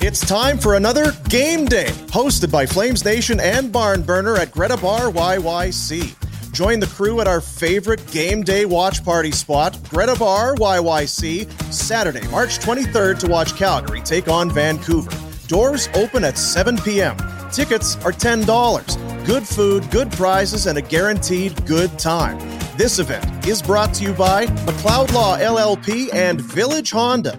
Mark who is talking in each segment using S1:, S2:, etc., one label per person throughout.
S1: It's time for another game day, hosted by Flames Nation and Barn Burner at Greta Bar YYC. Join the crew at our favorite game day watch party spot, Greta Bar YYC, Saturday, March 23rd to watch Calgary take on Vancouver. Doors open at 7 p.m. Tickets are $10. Good food, good prizes, and a guaranteed good time. This event is brought to you by McLeod Law LLP and Village Honda.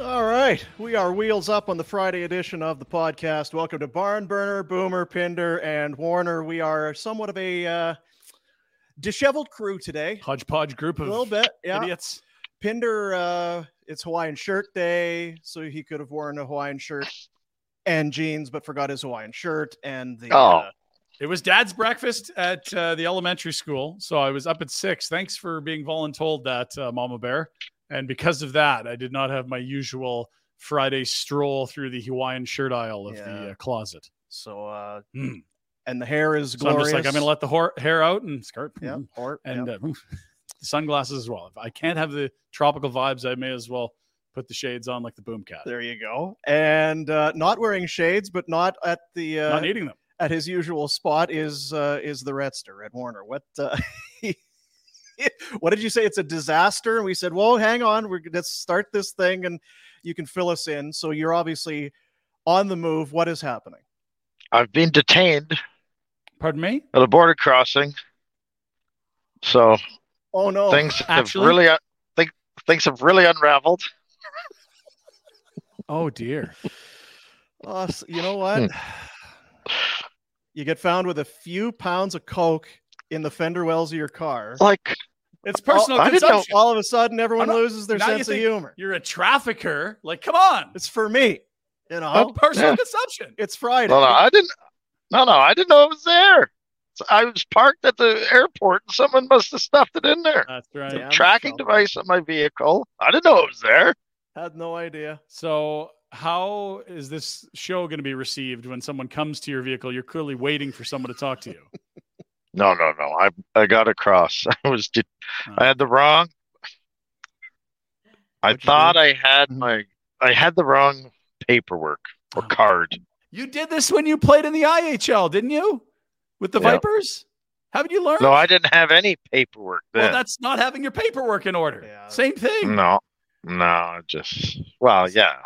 S1: All right, we are wheels up on the Friday edition of the podcast. Welcome to Barn Burner, Boomer, Pinder, and Warner. We are somewhat of a uh, disheveled crew today,
S2: hodgepodge group
S1: a
S2: of
S1: little bit. Yeah,
S2: idiots.
S1: Pinder, uh, it's Hawaiian shirt day, so he could have worn a Hawaiian shirt and jeans, but forgot his Hawaiian shirt and the.
S3: Oh.
S1: uh,
S2: It was dad's breakfast at uh, the elementary school, so I was up at six. Thanks for being voluntold that, uh, Mama Bear. And because of that, I did not have my usual Friday stroll through the Hawaiian shirt aisle of
S1: Yeah.
S2: the uh, closet.
S1: so, uh,
S2: Hmm.
S1: and the hair is
S2: So I'm
S1: glorious.
S2: just like, I'm going to let the hor- hair out and skirt.
S1: Yeah,
S2: mm,
S1: or-
S2: And
S1: yeah.
S2: uh, mm, sunglasses as well. If I can't have the tropical vibes, I may as well put the shades on like the boom cat.
S1: there you go. And uh, not wearing shades, but not at the uh,
S2: Not needing them.
S1: at his usual spot is uh, is the Redster at Warner. What uh, what did you say? It's a disaster. And we said, "Whoa, hang on, we're gonna- let's start this thing, and you can fill us in." So you're obviously on the move. What is happening?
S3: I've been detained
S2: Pardon me?
S3: at a border crossing. So
S1: Oh no!
S3: things
S2: actually-
S3: have really un- think, things have really unraveled.
S2: Oh, dear.
S1: Oh, s- you know what? you get found with a few pounds of coke in the fender wells of your car.
S3: Like
S1: Oh,
S2: It's personal
S3: I didn't know-
S2: consumption.
S1: All of a sudden, everyone
S2: oh, I'm not-
S1: loses their
S2: now you
S1: sense of
S2: think-
S1: humor.
S2: You're a trafficker. Like, come on. It's
S1: It's for me. You know,
S3: Oh.
S2: personal
S3: yeah.
S2: consumption.
S1: it's Friday.
S3: no, no, I didn't. No, no, I didn't know it was there. So I was parked at the airport, and someone must have stuffed it in there.
S2: That's
S3: It's a
S2: right.
S1: Yeah.
S3: tracking
S1: trouble.
S3: device on my vehicle. I didn't know it was there.
S1: Had no idea.
S2: So, how is this show going to be received when someone comes to your vehicle? You're clearly waiting for someone to talk to you.
S3: No, no, no. I I got across. I was. De-
S2: Oh.
S3: I had the wrong. I
S2: What'd you
S3: thought
S2: do?
S3: I had
S2: Mhm.
S3: my. I had the wrong paperwork or
S2: Oh.
S3: card.
S2: You did this when you played in the IHL, didn't you? With the
S3: Yeah.
S2: Vipers? Haven't you learned?
S3: No, I didn't have any paperwork
S2: Well,
S3: then.
S2: that's not having your paperwork in order.
S1: Yeah.
S2: Same thing.
S3: no, no. Just well, yeah.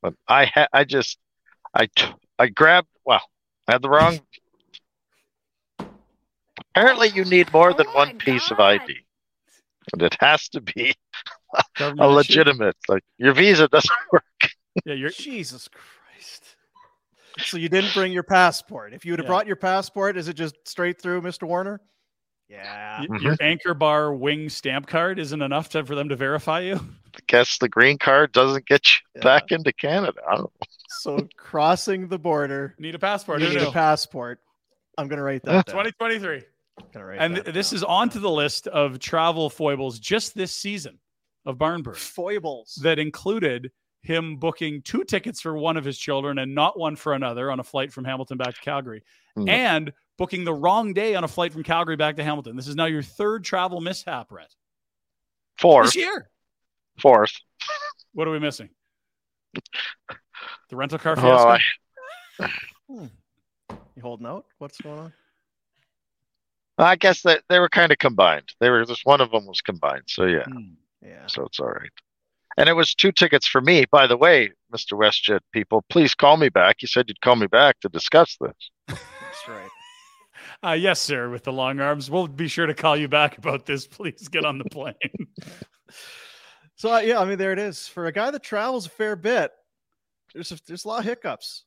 S3: But I ha- I just I t- I grabbed well, I had the wrong Apparently you need more than
S4: Oh
S3: one
S4: my
S3: piece of
S4: God.
S3: ID. And it has to be a
S2: Government issue.
S3: legitimate. Like your visa doesn't work.
S2: Yeah, you're
S1: Jesus Christ. So you didn't bring your passport. If you would have
S2: Yeah.
S1: brought your passport, is it just straight through, Mr. Warner? Yeah.
S2: y-
S3: Mm-hmm.
S2: your anchor bar wing stamp card isn't enough to, for them to verify you.
S3: guess the green card doesn't get you
S1: Yeah.
S3: back into Canada. I don't
S1: So crossing the border,
S2: Need a passport.
S1: you
S2: who
S1: need
S2: knew?
S1: a passport. I'm gonna write that. down.
S2: 2023.
S1: Gonna write
S2: And
S1: that
S2: th- this
S1: down.
S2: is onto the list of travel foibles just this season of Barnburn
S1: foibles.
S2: that included him booking two tickets for one of his children and not one for another on a flight from Hamilton back to Calgary
S3: Hmm.
S2: and booking the wrong day on a flight from Calgary back to Hamilton. This is now your third travel mishap, Rhett.
S3: Fourth,
S2: This year.
S3: fourth.
S2: What are we missing? The rental car fiasco.
S3: Oh, I,
S1: you holding out? What's going on?
S3: I guess that they were kind of combined. They were just one of them was combined. So yeah,
S2: Hmm.
S1: Yeah.
S3: so it's all right. And it was two tickets for me, by the way, Mr. Westjet people. Please call me back. You said you'd call me back to discuss this.
S1: That's right.
S2: Uh, yes, sir, with the long arms. We'll be sure to call you back about this. Please get on the plane.
S1: So uh, yeah, I mean there it is. For a guy that travels a fair bit, there's a, there's a lot of hiccups.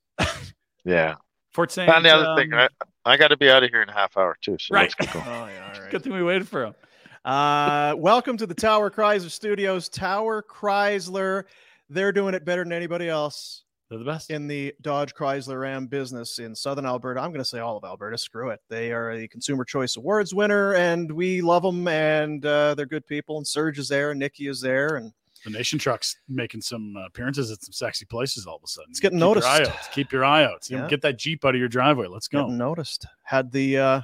S3: Yeah.
S2: Fort St.
S3: and the other thing,
S2: um,
S3: I, I got to be out of here in a half hour too. So
S2: Right.
S3: let's get going.
S1: Oh yeah, all right.
S2: Good thing we waited for him.
S1: Uh, welcome to the Tower Chrysler Studios. Tower Chrysler, they're doing it better than anybody else
S2: They're the best.
S1: in the Dodge Chrysler Ram business in Southern Alberta. I'm going to say all of Alberta. Screw it. They are a Consumer Choice Awards winner, and we love them. And uh, they're good people. And Serge is there, and Nikki is there, and
S2: The Nation Truck's making some uh, appearances at some sexy places all of a sudden.
S1: It's getting
S2: Keep your
S1: noticed.
S2: eye out. Keep your eye out. You know,
S1: Yeah.
S2: Get that Jeep out of your driveway. Let's go.
S1: getting noticed. Had the uh,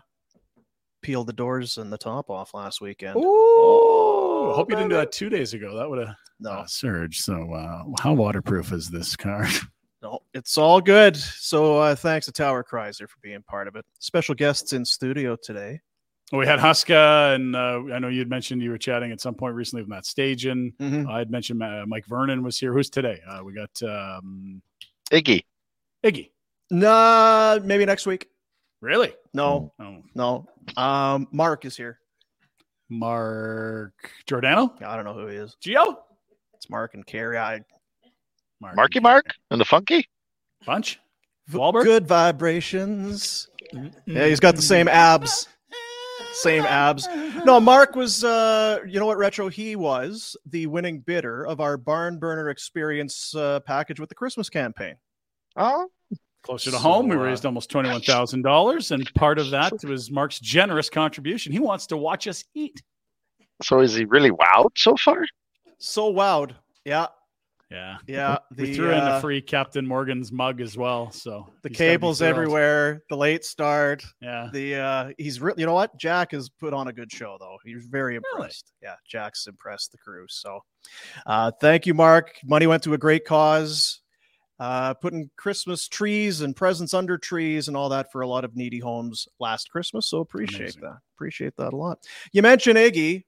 S1: peeled the doors and the top off last weekend.
S2: Oh, I hope you didn't do that two days ago. That would have
S1: No,
S2: surge. So, uh, how waterproof is this car?
S1: No, it's all good. So uh, thanks to Tower Chrysler for being part of it. Special guests in studio today.
S2: we had Huska, and uh, I know you'd mentioned you were chatting at some point recently with Matt Stajan.
S1: Mm-hmm.
S2: I had mentioned Ma- uh, Mike Vernon was here. Who's today? Uh, we got um,
S3: Iggy.
S2: Iggy.
S1: Nah, maybe next week.
S2: Really?
S1: No,
S2: Oh,
S1: no. Um, Mark is here.
S2: Mark Giordano?
S1: I don't know who he is.
S2: Gio?
S1: It's Mark and Carrie. I
S2: Mark
S3: Marky Mark and the Funky.
S2: Bunch? Wahlberg?
S1: good vibrations. Yeah, he's got the
S2: Hmm.
S1: same abs. Same abs. No, Mark was, uh, you know what, Retro? He was the winning bidder of our Barn Burner Experience uh, package with the Christmas campaign.
S3: Oh,
S2: Closer to
S1: So,
S2: home, we
S1: uh,
S2: raised almost twenty-one thousand dollars, and part of that was Mark's generous contribution. He wants to watch us eat.
S3: so is he really wowed so far?
S1: So wowed. Yeah,
S2: Yeah,
S1: yeah.
S2: we threw in
S1: uh,
S2: a free Captain Morgan's mug as well. So
S1: the
S2: he's gotta be
S1: cables
S2: thrilled.
S1: everywhere the late start
S2: Yeah,
S1: the uh he's re- you know what jack has put on a good show though he's very impressed yeah jack's impressed the crew so uh thank you mark money went to a great cause uh putting christmas trees and presents under trees and all that for a lot of needy homes last christmas so appreciate
S2: Amazing.
S1: that appreciate that a lot you mentioned iggy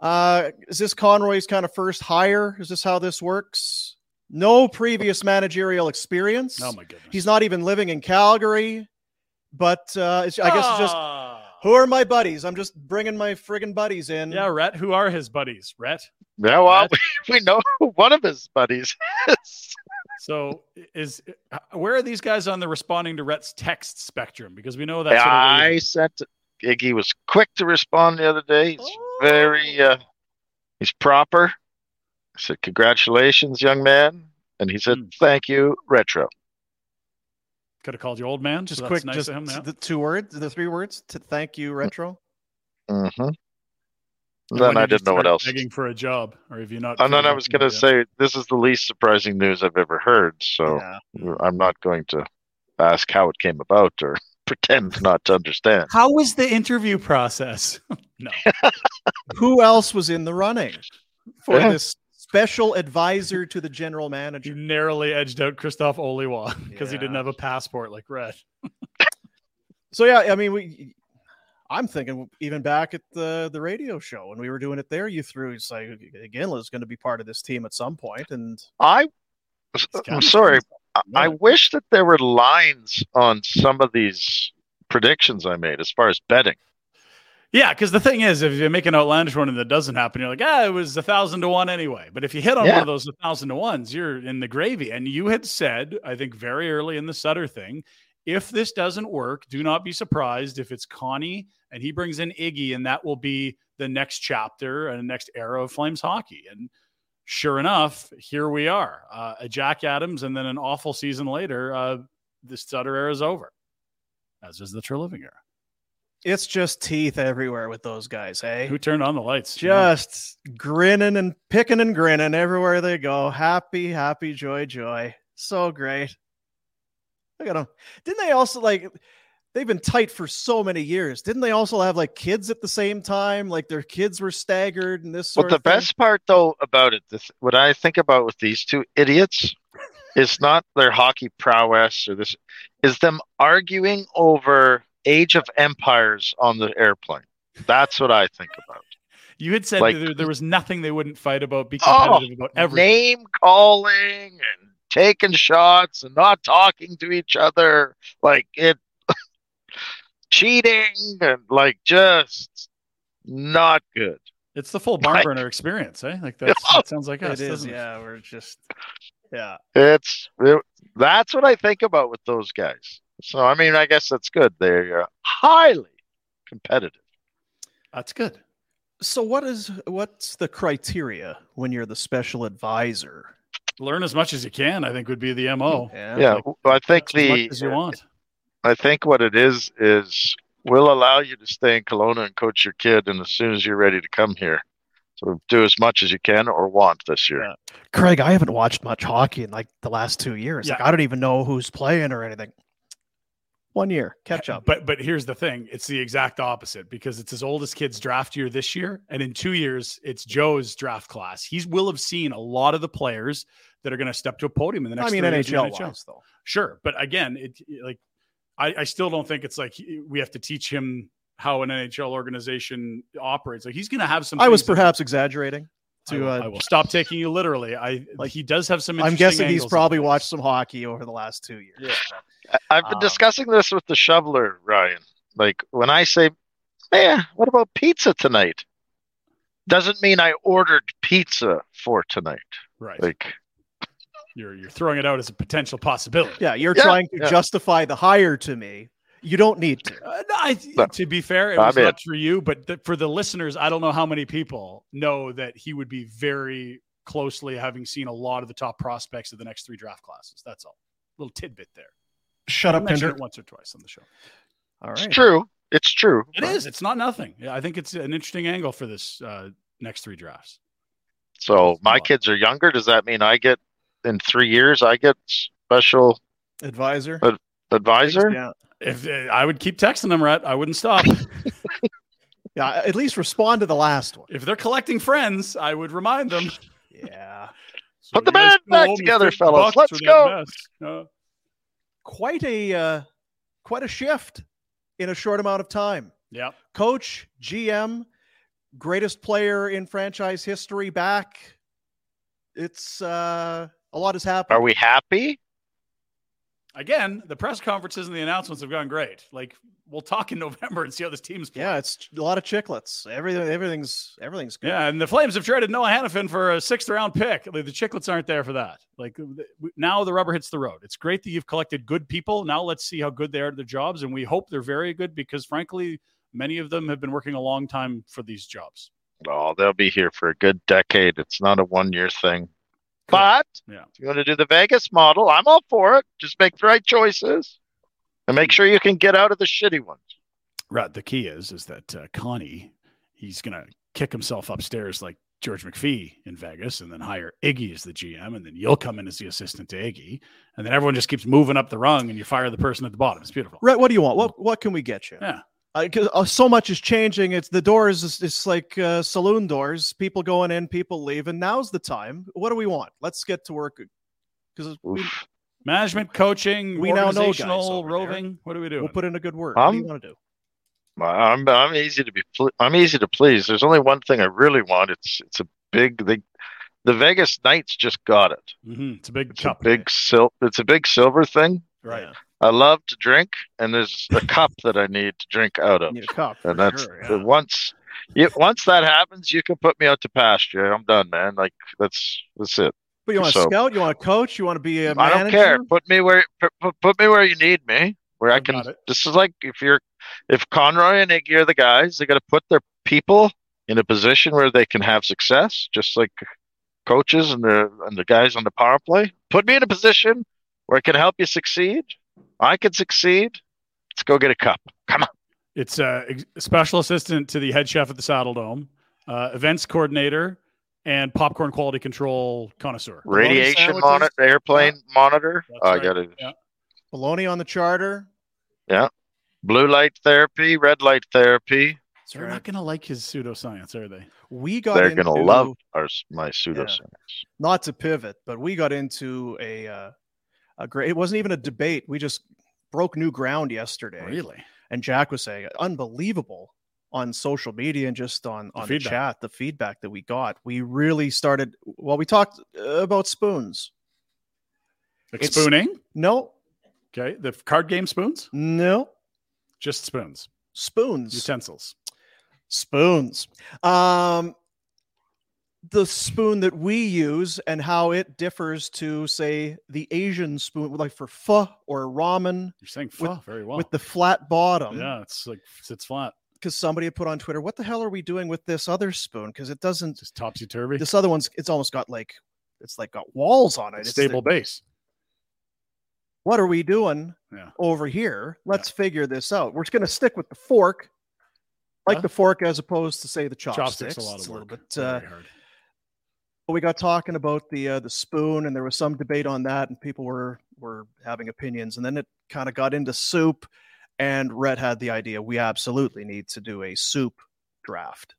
S1: uh is this conroy's kind of first hire is this how this works no previous managerial experience
S2: oh my goodness.
S1: He's not even living in Calgary, but uh, it's, I guess it's just
S2: Ah.
S1: who are my buddies? I'm just bringing my friggin' buddies in.
S2: yeah, Rhett. Who are his buddies? Rhett.
S3: Yeah, well,
S2: That's-
S3: we know who one of his buddies is.
S2: So is where are these guys on the responding to Rhett's text spectrum? Because we know that's
S3: Yeah,
S2: sort of
S3: I sent Iggy was quick to respond the other day. He's very uh, he's proper. I said, Congratulations, young man. And he said,
S2: Hmm.
S3: Thank you, retro.
S2: could have called you old man.
S1: just
S2: so that's
S1: quick,
S2: nice
S1: just
S2: of him, yeah.
S1: the two words, the three words to thank you, retro.
S3: hmm
S2: And
S3: Then
S2: when
S3: I
S2: did you
S3: didn't know what
S2: start
S3: else.
S2: Begging for a job, or have you not?
S3: And then
S2: filled
S3: I
S2: out
S3: was
S2: the-
S3: going to say, This is the least surprising news I've ever heard. So
S1: Yeah.
S3: I'm not going to ask how it came about or pretend not to understand.
S2: How was the interview process? no.
S1: Who else was in the running for
S3: Yeah.
S1: this special advisor to the general
S2: You
S1: manager?
S2: narrowly edged out Christoph Oliwa because he didn't
S1: Yeah.
S2: have a passport like Red.
S1: So yeah, I mean, we. I'm thinking even back at the the radio show when we were doing it there, you threw it's like again is going to be part of this team at some point, and
S3: I I'm sorry. I- I wish that there were lines on some of these predictions I made as far as betting.
S2: Yeah, because the thing is, if you make an outlandish one and that doesn't happen, you're like, ah, it was a thousand to one anyway. But if you hit on
S3: Yeah.
S2: one of those a thousand to ones, you're in the gravy. And you had said, I think very early in the Sutter thing, if this doesn't work, do not be surprised if it's Connie and he brings in Iggy, and that will be the next chapter and the next era of Flames hockey. And sure enough, here we are, uh, a Jack Adams, and then an awful season later, uh, the Sutter era is over, as is the Treliving era.
S1: It's just teeth everywhere with those guys, hey?
S2: Who turned on the lights?
S1: Just grinning and picking and grinning everywhere they go. Happy, happy, joy, joy. So great. Look at them. Didn't they also like they've been tight for so many years? Didn't they also have like kids at the same time? Like their kids were staggered and this sort
S3: But the
S1: of thing?
S3: best part, though, about it, this, what I think about with these two idiots, is not their hockey prowess or this, is them arguing over Age of Empires on the airplane. That's what I think about.
S2: You had said
S3: Like-
S2: there, there was nothing they wouldn't fight about, be
S3: Oh,
S2: competitive about everything.
S3: Name calling and taking shots and not talking to each other, like it, cheating and like just not good.
S2: It's the full barn
S3: Right.
S2: burner experience, eh? Like that's,
S3: Oh,
S2: that sounds like us.
S1: it is,
S2: doesn't it?
S1: yeah. We're just yeah.
S3: It's it- that's what I think about with those guys. So I mean, I guess that's good. They're uh, highly competitive.
S2: That's good.
S1: So what is what's the criteria when you're the special advisor?
S2: Learn as much as you can. I think would be the
S3: Oh,
S2: mo.
S3: yeah, w- I
S2: As much
S3: think the
S2: as you want.
S3: I think what it is is we'll allow you to stay in Kelowna and coach your kid, and as soon as you're ready to come here, so do as much as you can or want this year.
S1: Yeah. Craig, I haven't watched much hockey in like the last two years.
S2: Yeah.
S1: Like I don't even know who's playing or anything. One year, catch up.
S2: But but here's the thing: it's the exact opposite because it's his oldest kid's draft year this year, and in two years it's Joe's draft class. He will have seen a lot of the players that are going to step to a podium in the next.
S1: I mean
S2: three years in the
S1: NHL
S2: NHL.
S1: wise though.
S2: Sure, but again, it like I, I still don't think it's like he- we have to teach him how an NHL organization operates. Like he's going to have some.
S1: I was
S2: things that-
S1: perhaps exaggerating
S2: I
S1: to
S2: will,
S1: uh,
S2: I will stop taking you literally. I like he does have some.
S1: I'm
S2: interesting
S1: guessing he's
S2: angles on
S1: probably
S2: things.
S1: watched some hockey over the last two years.
S2: Yeah.
S3: I- I've been
S1: Um,
S3: discussing this with the shoveler, Ryan. Like when I say, "Yeah, what about pizza tonight?" Doesn't mean I ordered pizza for tonight.
S2: Right,
S3: Like
S2: you're you're throwing it out as a potential possibility.
S1: Yeah, you're
S3: Yeah,
S1: trying to
S3: yeah.
S1: justify the hire to me. You don't need to.
S2: Uh, no, I,
S3: No.
S2: To be fair, it
S3: I'm
S2: was
S3: in.
S2: not for you, but th- for the listeners, I don't know how many people know that he would be very closely having seen a lot of the top prospects of the next three draft classes. That's all. Little tidbit there.
S1: Shut
S2: I mentioned it once or twice on the show.
S1: All
S3: it's
S1: right.
S3: true. It's true.
S2: It
S3: but-
S2: is. It's not nothing. Yeah, I think it's an interesting angle for this uh, next three drafts.
S3: So
S2: Come
S3: my
S2: on.
S3: kids are younger. Does that mean I get in three years? I get special
S1: Advisor.
S3: Uh, advisor.
S1: Yeah.
S2: If uh, I would keep texting them, Rhett, I wouldn't stop.
S1: Yeah. At least respond to the last one.
S2: if they're collecting friends, I would remind them.
S1: Yeah.
S2: So
S3: Put the
S2: you guys
S3: band
S2: go
S3: back
S2: home and
S3: together,
S2: think
S3: fellas.
S2: Bucks are
S3: Let's
S2: the
S3: go.
S2: best. Uh,
S1: Quite a uh, quite a shift in a short amount of time.
S2: yeah.
S1: coach, GM, greatest player in franchise history back. It's uh, a lot has happened.
S3: Are we happy?
S2: Again, the press conferences and the announcements have gone great. Like we'll talk in November and see how this team's playing.
S1: Yeah, it's a lot of chicklets. Everything, everything's, everything's good.
S2: Yeah, and the Flames have traded Noah Hannafin for a sixth round pick. Like, the Chicklets aren't there for that. Like th- now the rubber hits the road. It's great that you've collected good people. Now let's see how good they are at their jobs, and we hope they're very good because frankly, many of them have been working a long time for these jobs.
S3: Oh, they'll be here for a good decade. It's not a one year thing. But
S2: Yeah.
S3: if you want to do the Vegas model, I'm all for it. Just make the right choices and make sure you can get out of the shitty ones.
S2: Right. The key is is that uh, Connie, he's gonna kick himself upstairs like George McPhee in Vegas, and then hire Iggy as the GM, and then you'll come in as the assistant to Iggy, and then everyone just keeps moving up the rung, and you fire the person at the bottom. It's beautiful.
S1: Rhett, what do you want? What what can we get you?
S2: Yeah.
S1: Uh, 'cause, uh, so much is changing. It's the doors. It's, it's like uh, saloon doors. People going in, people leaving. Now's the time. What do we want? Let's get to work. Because we,
S3: Oof.
S2: Management, coaching,
S1: We
S2: we
S1: now know guys
S2: organizational,
S1: over there.
S2: roving. What are we doing?
S1: will put in a good word. what do you
S3: Um,
S1: want to do?
S3: I'm I'm easy to be ple- I'm easy to please. There's only one thing I really want. It's it's a big they The Vegas Knights just got it.
S2: Mhm. It's a big
S3: It's
S2: cup.
S3: a big sil- It's a big silver thing.
S2: right.
S3: I love to drink, and there's a cup that I need to drink out of,
S1: Need a cup.
S3: and that's
S2: sure,
S3: the-
S2: yeah.
S3: once. You, once that happens, you can put me out to pasture. I'm done, man. Like that's that's it.
S1: But you want to
S3: So-
S1: scout? You want to coach? You want to be a
S3: I
S1: manager?
S3: don't care. Put me where put, put- put me where you need me, where I
S2: I've
S3: can.
S2: got it.
S3: This is like if you're if Conroy and Iggy are the guys, they got to put their people in a position where they can have success, just like coaches and the and the guys on the power play. Put me in a position where I can help you succeed. I can succeed. Let's go get a cup. Come on.
S2: It's a ex- special assistant to the head chef at the Saddle Dome, uh, events coordinator, and popcorn quality control connoisseur.
S3: Radiation
S1: sandwiches.
S3: monitor, airplane monitor. Oh,
S2: That's
S3: I
S2: right.
S3: got it.
S1: Baloney on the charter.
S3: Blue light therapy, red light therapy.
S2: They're not going to like his pseudoscience, are they?
S1: We got.
S3: They're
S1: into,
S3: gonna love our s- my pseudoscience.
S1: Not to pivot, but we got into a uh, a great. It wasn't even a debate. We just broke new ground yesterday.
S2: Really?
S1: And Jack was saying, unbelievable on social media and just on
S2: The
S1: on the
S2: feedback.
S1: chat, the feedback that we got. We really started. Well, we talked uh, about spoons.
S2: Like
S1: It's-
S2: spooning?
S1: No,
S2: Okay. The f- card game spoons?
S1: no
S2: Just spoons,
S1: spoons.
S2: utensils.
S1: spoons um the spoon that we use and how it differs to say the asian spoon like for pho or ramen
S2: You're saying
S1: With-
S2: pho very well.
S1: with the flat bottom
S2: yeah, it's like sits flat,
S1: because somebody had put on twitter what the hell are we doing with this other spoon because it doesn't
S2: just topsy turvy,
S1: this other one's it's almost got like it's like got walls on it It's the-
S2: stable base.
S1: what are we doing
S2: Yeah.
S1: over here let's figure this out we're just going to stick with the fork like
S2: Yeah.
S1: the fork as opposed to say the chopsticks,
S2: Chopsticks, a lot
S1: It's
S2: of work.
S1: bit uh,
S2: Very hard.
S1: But we got talking about the uh, the spoon, and there was some debate on that, and people were were having opinions, and then it kind of got into soup, and Rhett had the idea we absolutely need to do a soup draft,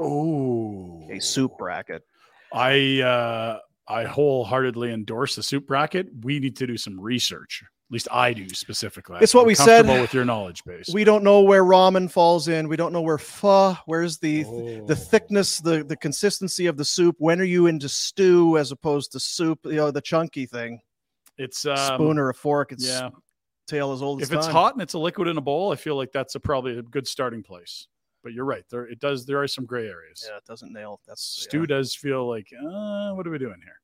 S2: Oh,
S1: a soup bracket.
S2: I uh, I wholeheartedly endorse the soup bracket. We need to do some research. At least I do specifically.
S1: It's what
S2: I'm
S1: we said.
S2: comfortable with your knowledge base.
S1: We don't know where ramen falls in. We don't know where pho. Where's the
S2: Oh.
S1: the thickness, the the consistency of the soup? When are you into stew as opposed to soup? You know the chunky thing,
S2: It's um,
S1: spoon or a fork. It's
S2: Yeah,
S1: tail as old as
S2: if it's
S1: time.
S2: hot and it's a liquid in a bowl, I feel like that's a, probably a good starting place. But you're right. There it does. There are some gray areas.
S1: yeah, it doesn't nail. That's
S2: Stew does feel like uh, what are we doing here?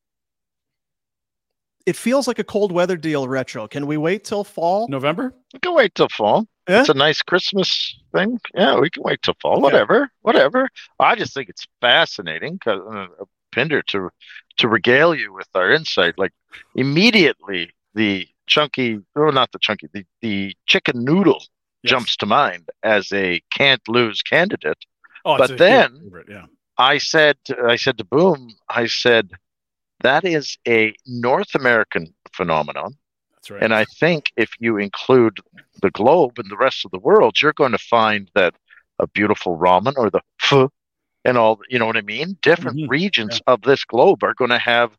S1: it feels like a cold weather deal retro. Can we wait till fall?
S2: November?
S3: We can wait till fall.
S1: Yeah?
S3: It's a nice Christmas thing. Yeah, we can wait till fall.
S2: Okay.
S3: Whatever, whatever. I just think it's fascinating because uh, Pinder to to regale you with our insight. Like immediately, the chunky, oh, not the chunky, the the chicken noodle
S2: Yes.
S3: jumps to mind as a can't lose candidate.
S2: Oh, it's
S3: but
S2: a huge
S3: then-
S2: favorite, yeah.
S3: I said, I said to Boom, I said that is a North American phenomenon.
S2: That's right.
S3: And I think if you include the globe and the rest of the world, you're going to find that a beautiful ramen or the pho and all, you know what I mean? Different
S2: Mhm.
S3: regions of this globe are going to have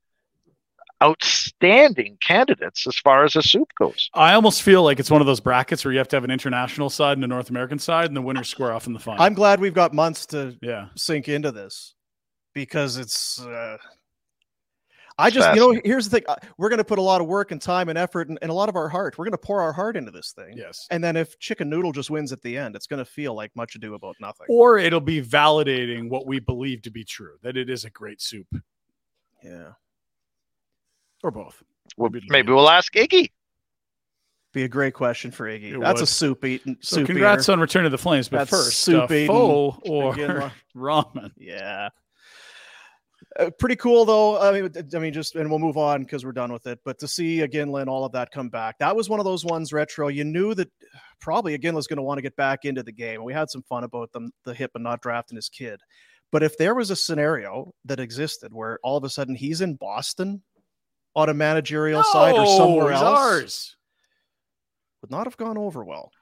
S3: outstanding candidates as far as a soup goes.
S2: I almost feel like it's one of those brackets where you have to have an international side and a North American side, and the winners square off in the final.
S1: I'm glad we've got months to
S2: yeah.
S1: sink into this because it's. Uh, I just, you know,
S3: fascinating.
S1: here's the thing. I- We're going to put a lot of work and time and effort and, and a lot of our heart. We're going to pour our heart into this thing.
S2: Yes.
S1: And then if chicken noodle just wins at the end, it's going to feel like much ado about nothing.
S2: Or it'll be validating what we believe to be true that it is a great soup,
S1: Yeah.
S2: or both.
S3: Well,
S2: Maybe-
S3: maybe we'll ask Iggy.
S1: Be a great question for Iggy.
S2: It
S1: That's a
S2: would.
S1: soup eating.
S2: So,
S1: soup
S2: congrats
S1: eater.
S2: on Return of the Flames. But
S1: That's
S2: first,
S1: soup
S2: soup uh,
S1: eating.
S2: pho or
S1: Again,
S2: ramen.
S1: Yeah. Uh, pretty cool though. I mean, I mean, just and we'll move on because we're done with it. But to see again, Lynn, all of that come back, that was one of those ones retro. You knew that probably again was going to want to get back into the game. We had some fun about them, the hip and not drafting his kid. But if there was a scenario that existed where all of a sudden he's in Boston on a managerial side or somewhere
S2: it's
S1: else,
S2: ours.
S1: would not have gone over well.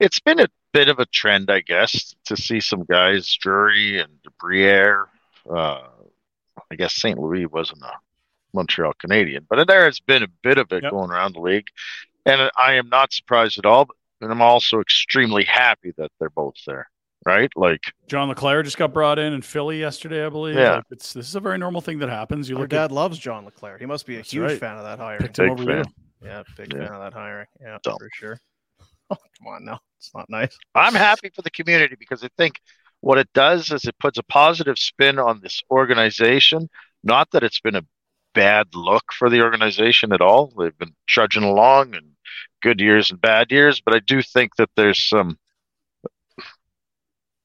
S3: It's been a bit of a trend, I guess, to see some guys, Drury and Briere. Uh, I guess St. Louis wasn't a Montreal Canadian, but there has been a bit of it
S2: Yep.
S3: going around the league. And I am not surprised at all, but- and I'm also extremely happy that they're both there, right? Like,
S2: John LeClaire just got brought in in Philly yesterday, I believe.
S3: Yeah.
S2: Like, it's this is a very normal thing that happens. You
S1: Your
S2: look
S1: dad
S2: at
S1: loves John LeClaire. He must be a
S2: That's
S1: huge
S2: right.
S1: fan of that hiring.
S2: picked him
S3: Big
S2: over
S3: fan.
S2: you.
S1: Yeah, big
S3: Yeah.
S1: fan of that hiring. Yeah,
S3: Dumb.
S1: for sure. Oh, come on now. It's not nice.
S3: I'm happy for the community because I think what it does is it puts a positive spin on this organization. Not that it's been a bad look for the organization at all. They've been trudging along and good years and bad years, but I do think that there's some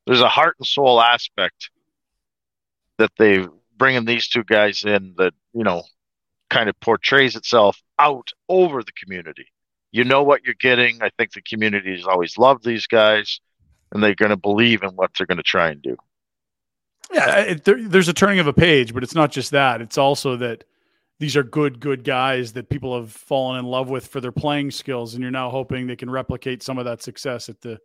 S3: there's a heart and soul aspect that they bringing these two guys in that you know kind of portrays itself out over the community you know what you're getting. I think the community has always loved these guys, and they're going to believe in what they're going to try and do.
S2: Yeah, it, there, there's a turning of a page, but it's not just that. It's also that these are good, good guys that people have fallen in love with for their playing skills, and you're now hoping they can replicate some of that success at the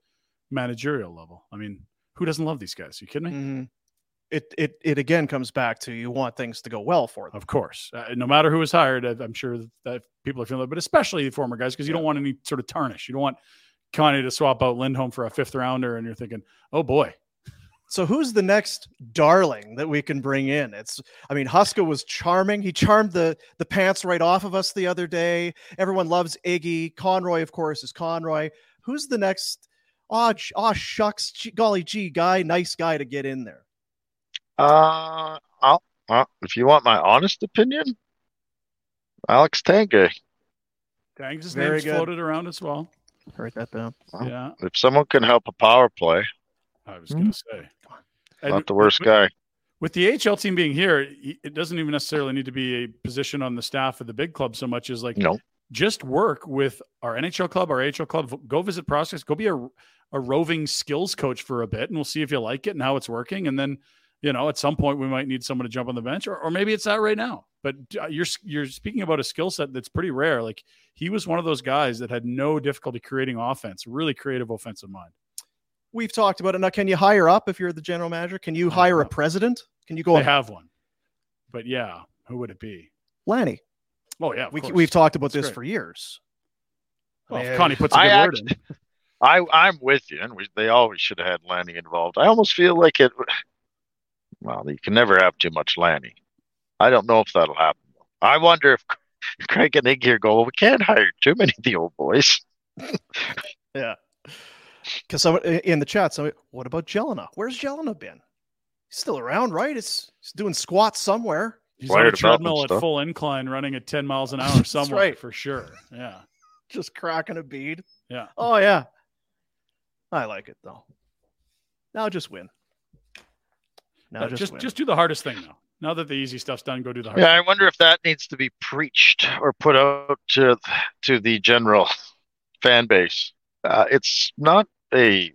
S2: managerial level. I mean, who doesn't love these guys? you kidding me?
S1: Mhm. It it it again comes back to you want things to go well for them.
S2: Of course, uh, no matter who was hired, I, I'm sure that people are feeling it, but especially the former guys because you don't want any sort of tarnish. You don't want Connie to swap out Lindholm for a fifth rounder, and you're thinking, oh boy,
S1: So who's the next darling that we can bring in? It's I mean Huska was charming. He charmed the the pants right off of us the other day. Everyone loves Iggy. Conroy of course is Conroy. Who's the next oh, sh- oh shucks gee- golly gee guy nice guy to get in there?
S3: Uh, I'll, uh, if you want my honest opinion, Alex Tanguay.
S2: Tangs'
S1: Very
S2: name's
S1: good.
S2: floated around as well.
S1: Write that down.
S3: Wow.
S2: Yeah,
S3: If someone can help a power play,
S2: I was
S1: Mm-hmm.
S3: Hmm.
S2: gonna say. And
S3: not the worst
S2: with-
S3: guy.
S2: With the HL team being here, y- it doesn't even necessarily need to be a position on the staff of the big club so much as like
S3: No,
S2: just work with our NHL club, our AHL club. v- Go visit process. Go be a a roving skills coach for a bit, and we'll see if you like it and how it's working. And then, you know, at some point we might need someone to jump on the bench, or, or maybe it's that right now. But uh, you're s- you're speaking about a skill set that's pretty rare. Like he was one of those guys that had no difficulty creating offense, really creative offensive mind.
S1: We've talked about it. Now can you hire up if you're the general manager? Can you
S2: don't
S1: hire a
S2: know.
S1: president? Can you go
S2: Oh, They
S1: on
S2: have one, but yeah, who would it be?
S1: Lanny?
S2: Oh yeah, of
S1: We,
S2: course.
S1: we've talked about
S2: It's
S1: this
S2: great.
S1: for years.
S2: Well, if
S1: Oh, Man.
S2: Connie puts a good
S3: I
S2: word in.
S3: I I'm with you, and we, they always should have had Lanny involved. I almost feel like it. Well, you can never have too much Lanny. I don't know if that'll happen. I wonder if Craig and Iggy are going. Well, we can't hire too many of the old boys.
S1: Because someone i- in the chat, somebody, what about Jelena? Where's Jelena been? He's still around, right? It's he's doing squats somewhere.
S2: He's on
S3: Wired
S2: a
S3: about them
S2: treadmill at
S3: stuff.
S2: full incline, running at ten miles an hour somewhere
S1: right.
S2: for sure. Yeah,
S1: Just cracking a bead.
S2: yeah.
S1: Oh yeah, I like it though. Now just win. Now
S2: No,
S1: just,
S2: Uh, just just,
S1: win.
S2: do the hardest thing now. Now that the easy stuff's done, go do the hard.
S3: Yeah, I
S2: thing.
S3: wonder if that needs to be preached or put out to to the general fan base. Uh, it's not a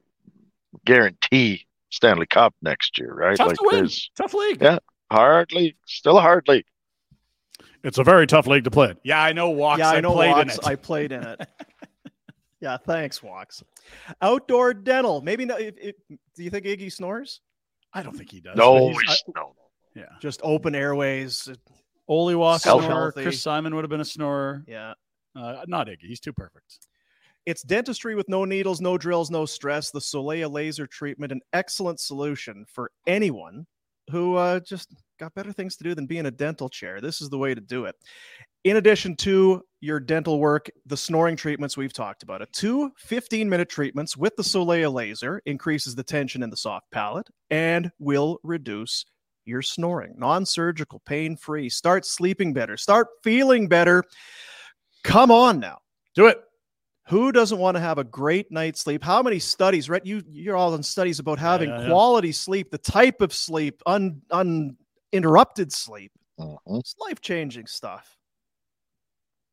S3: guarantee Stanley Cup next year, right?
S2: tough
S3: like
S2: to win.
S3: there's
S2: Tough league.
S3: Yeah. hardly still a hard league.
S2: It's a very tough league to play. in. Yeah, I know. Walks.
S1: yeah, I know.
S2: played in
S1: Wachs.
S2: it.
S1: I played in it. yeah, thanks, Walks. Outdoor dental. Maybe no, if, if, do you think Iggy snores?
S2: I don't think he does.
S3: No,
S2: but he's-
S3: it's- no,
S2: I, yeah.
S1: Just open airways.
S2: Oli walks.
S3: Self-
S2: Snorer.
S1: healthy.
S2: Chris Simon would have been a snorer.
S1: Yeah.
S2: Uh, not Iggy. He's too perfect.
S1: It's dentistry with no needles, no drills, no stress. The Soleil laser treatment, an excellent solution for anyone who uh, just got better things to do than be in a dental chair. This is the way to do it. In addition to your dental work, the snoring treatments we've talked about it. Two 15 minute treatments with the Soleil laser increases the tension in the soft palate and will reduce your snoring. Non surgical, pain free. Start sleeping better. Start feeling better. Come on now.
S2: Do it.
S1: Who doesn't want to have a great night's sleep? How many studies, right? You you're all in studies about having
S2: yeah, yeah.
S1: quality sleep, the type of sleep, un uninterrupted sleep.
S3: Mhm.
S2: Mm-hmm.
S1: It's life changing stuff.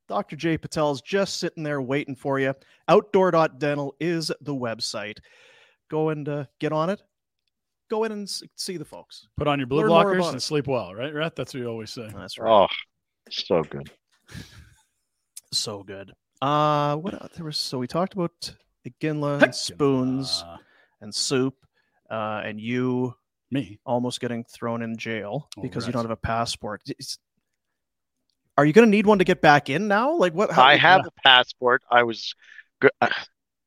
S1: Dr. Jay Patel's just sitting there waiting for you. Outdoor.dental is the website. Go and uh, get on it. Go in and s- see the folks.
S2: Put on your blue
S1: Learn more
S2: blockers
S1: about
S2: and
S1: it.
S2: sleep well. Right, Rhett? That's what you always say.
S1: That's right.
S3: Oh, so good.
S1: So good. Uh, what else? there was? So we talked about Ginla and spoons
S2: Uh,
S1: and soup, uh, and you
S2: me.
S1: almost getting thrown in jail
S2: Oh,
S1: because you
S2: right.
S1: don't have a passport. It's- are you going to need one to get back in now? Like what?
S3: I have a passport. I was go- uh,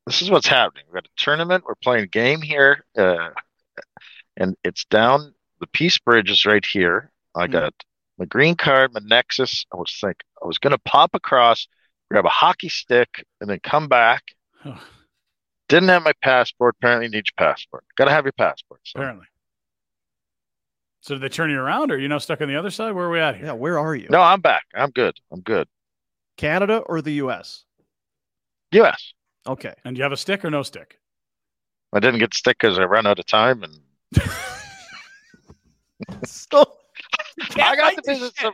S3: this is what's happening. We've got a tournament. We're playing a game here, uh, and it's down. The Peace Bridge is right here. I
S1: Mhm.
S3: got my green card, my Nexus. I was think I was gonna pop across, grab a hockey stick, and then come back.
S2: Oh.
S3: Didn't have my passport. Apparently, need your passport. Got to have your passport. So
S2: Apparently. So did they turn you around, or are you now stuck on the other side? Where are we at here?
S1: Yeah, where are you?
S3: no, I'm back. I'm good. I'm good.
S1: Canada or the U.S.?
S3: U.S.
S1: Okay.
S2: And do you have a stick or no stick?
S3: I didn't get stick because I ran out of time, and
S1: So
S3: I got to visit some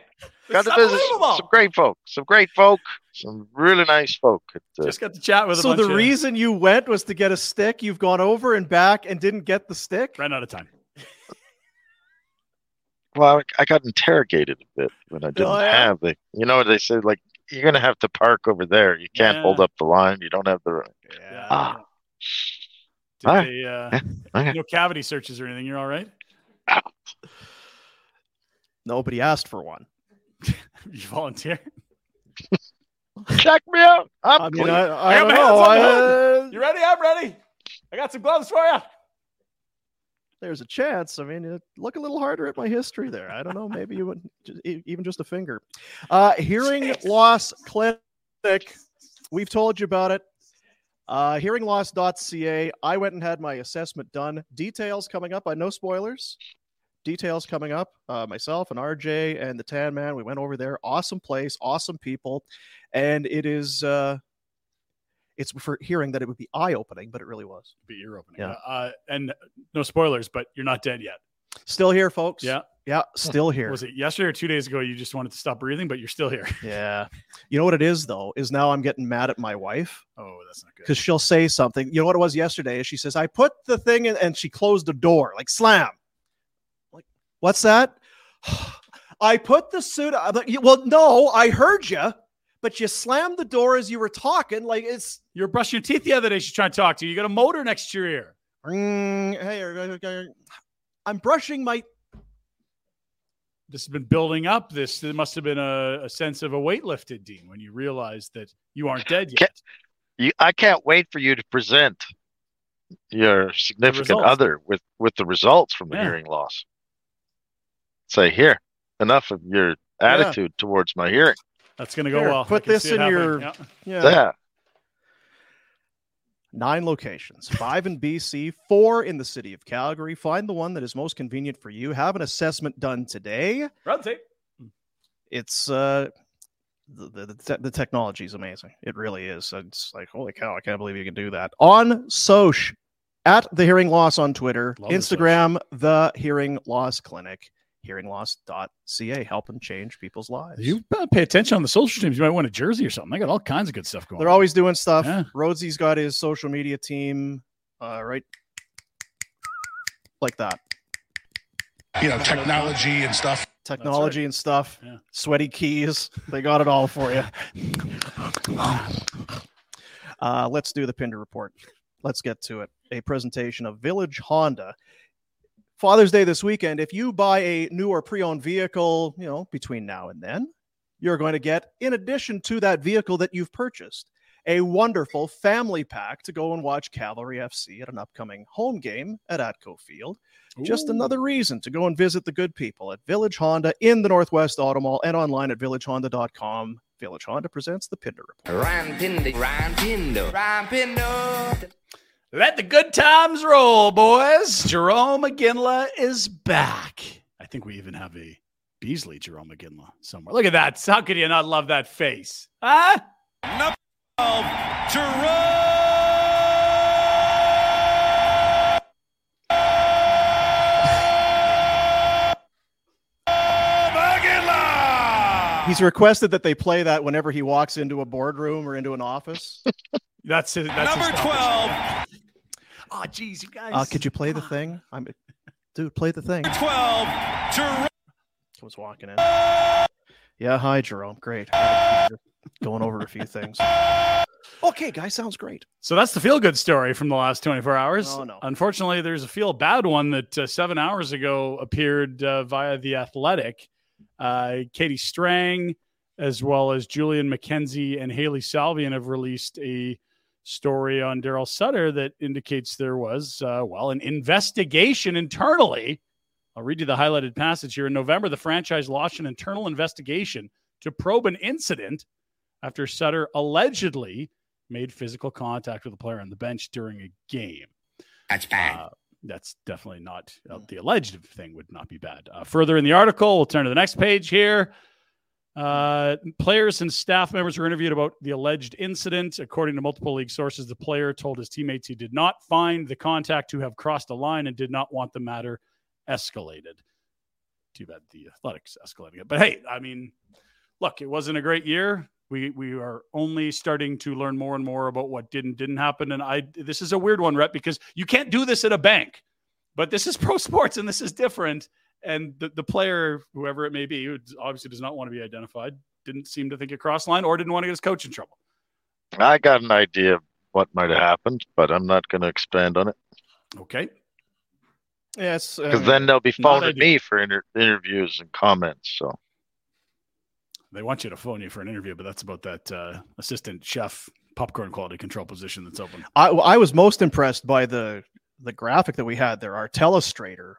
S3: got to visit some, some great folk, some great folk, some really nice folk. At, uh,
S2: Just got to chat with. A
S1: so
S2: bunch
S1: the
S2: of-
S1: reason you went was to get a stick. You've gone over and back and didn't get the stick.
S2: ran out of time.
S3: well, I got interrogated a bit when I didn't
S1: Oh, yeah?
S3: have the. You know, they said like you're gonna have to park over there. You can't
S2: Yeah.
S3: hold up the line. You don't have the.
S2: Yeah.
S3: Ah.
S2: Did
S3: All right.
S2: they, uh,
S3: Yeah. Okay.
S2: No cavity searches or anything. You're all right.
S1: Nobody asked for one.
S2: You volunteer.
S3: Check me out. I'm
S1: I mean,
S3: clean.
S1: I, I,
S2: I
S1: don't
S2: got my
S1: know.
S2: hands on
S1: I, uh,
S2: You ready? I'm ready. I got some gloves for you.
S1: there's a chance. I mean, uh, look a little harder at my history there. I don't know. Maybe you would just, e- even just a finger. Uh, hearing
S2: Jeez.
S1: loss clinic. We've told you about it. Uh, hearingloss.ca. I went and had my assessment done. Details coming up. I no spoilers. Details coming up. Uh, myself and RJ and the Tan Man. We went over there. Awesome place. Awesome people. And it is. Uh, it's for hearing that it would be eye opening, but it really was.
S2: But you're opening.
S1: Yeah.
S2: Uh, and no spoilers, but you're not dead yet.
S1: Still here, folks.
S2: Yeah.
S1: Yeah. Still here.
S2: Was it yesterday or two days ago? You just wanted to stop breathing, but you're still here.
S1: Yeah. You know what it is though is now I'm getting mad at my wife
S2: Oh, that's not good.
S1: because she'll say something. You know what it was yesterday? Is she says I put the thing in and she closed the door like slam. Like what's that? I put the suit. I'm like, "You- well, no, I heard you, but you slammed the door as you were talking. Like it's
S2: You were brushing your teeth the other day. She's trying to talk to you. You got a motor next to your ear.
S1: "Mm, hey, everybody, I'm brushing my.
S2: This has been building up. This there must have been a, a sense of a weight lifted, Dean, when you realized that you aren't dead yet.
S3: You, I can't wait for you to present your significant
S2: results.
S3: other with with the results from the
S2: Yeah.
S3: hearing loss. Say here, enough of your attitude towards my hearing.
S2: That's gonna go
S1: Here,
S2: well. I
S1: put
S2: can
S1: this
S2: see it
S1: in
S2: happening.
S1: your-
S2: Yeah.
S1: Yeah.
S3: Yeah.
S1: Nine locations, five in BC, four in the city of Calgary. Find the one that is most convenient for you. Have an assessment done today.
S2: Round tape.
S1: It's uh, the the, the, te- the technology is amazing. It really is. It's like holy cow! I can't believe you can do that on Soch at the Hearing Loss on Twitter,
S2: Love the Soch.
S1: Instagram, the Hearing Loss Clinic, hearingloss.ca, helping change people's lives.
S2: You better pay attention on the social teams. You might want a jersey or something. They got all kinds of good stuff going.
S1: They're
S2: on.
S1: always doing stuff.
S2: Yeah.
S1: Rhodes's got his social media team, uh, right, like that.
S5: you know, technology and stuff.
S1: technology and stuff,
S2: Yeah.
S1: sweaty keys. They got it all for you. uh, let's do the Pinder report. Let's get to it. A presentation of Village Honda. Father's Day this weekend. If you buy a new or pre owned vehicle, you know, between now and then, you're going to get, in addition to that vehicle that you've purchased, a wonderful family pack to go and watch Cavalry FC at an upcoming home game at Atco Field. Just
S2: Ooh.
S1: another reason to go and visit the good people at Village Honda in the Northwest Auto Mall and online at villagehonda.com. Village Honda presents the Pinder Report.
S6: Rhyme Pinder, Rhyme Pinder, Rhyme Pinder.
S2: Let the good times roll, boys. Jerome McGinley is back. I think we even have a Beasley Jerome McGinley somewhere. Look at that. How could you not love that face? Huh?
S1: He's requested that they play that whenever he walks into a boardroom or into an office.
S2: That's it. That's number 12. Oh, geez, you guys.
S1: Uh, could you play the thing? I'm, dude, play the thing. was walking in. Yeah, hi Jerome. Great. Going over a few things. Okay, guys, sounds great.
S2: So that's the feel good story from the last 24 hours.
S1: Oh, no.
S2: Unfortunately, there's a feel bad one that uh, seven hours ago appeared uh, via The Athletic. Uh, Katie Strang, as well as Julian McKenzie and Haley Salvian, have released a story on Daryl Sutter that indicates there was, uh, well, an investigation internally. I'll read you the highlighted passage here. In November, the franchise launched an internal investigation to probe an incident after Sutter allegedly made physical contact with a player on the bench during a game.
S6: That's bad.
S2: Uh, that's definitely not uh, the alleged thing would not be bad. Uh, further in the article, we'll turn to the next page here. Uh, players and staff members were interviewed about the alleged incident. According to multiple league sources, the player told his teammates he did not find the contact to have crossed a line and did not want the matter escalated. Too bad the athletics escalating it. But hey, I mean, look, it wasn't a great year. We we are only starting to learn more and more about what didn't didn't happen. And I this is a weird one, Rhett, because you can't do this at a bank. But this is pro sports and this is different. And the, the player, whoever it may be, who obviously does not want to be identified, didn't seem to think it crossed line or didn't want to get his coach in trouble.
S3: I got an idea of what might have happened, but I'm not going to expand on it
S2: Okay.
S1: Yes.
S3: because then they'll be
S2: Uh, Not
S3: phoning
S2: ideal.
S3: me for inter- interviews and comments. So
S2: They want you to phone you for an interview, but that's about that uh, assistant chef popcorn quality control position that's open.
S1: I, I was most impressed by the the graphic that we had there, our telestrator,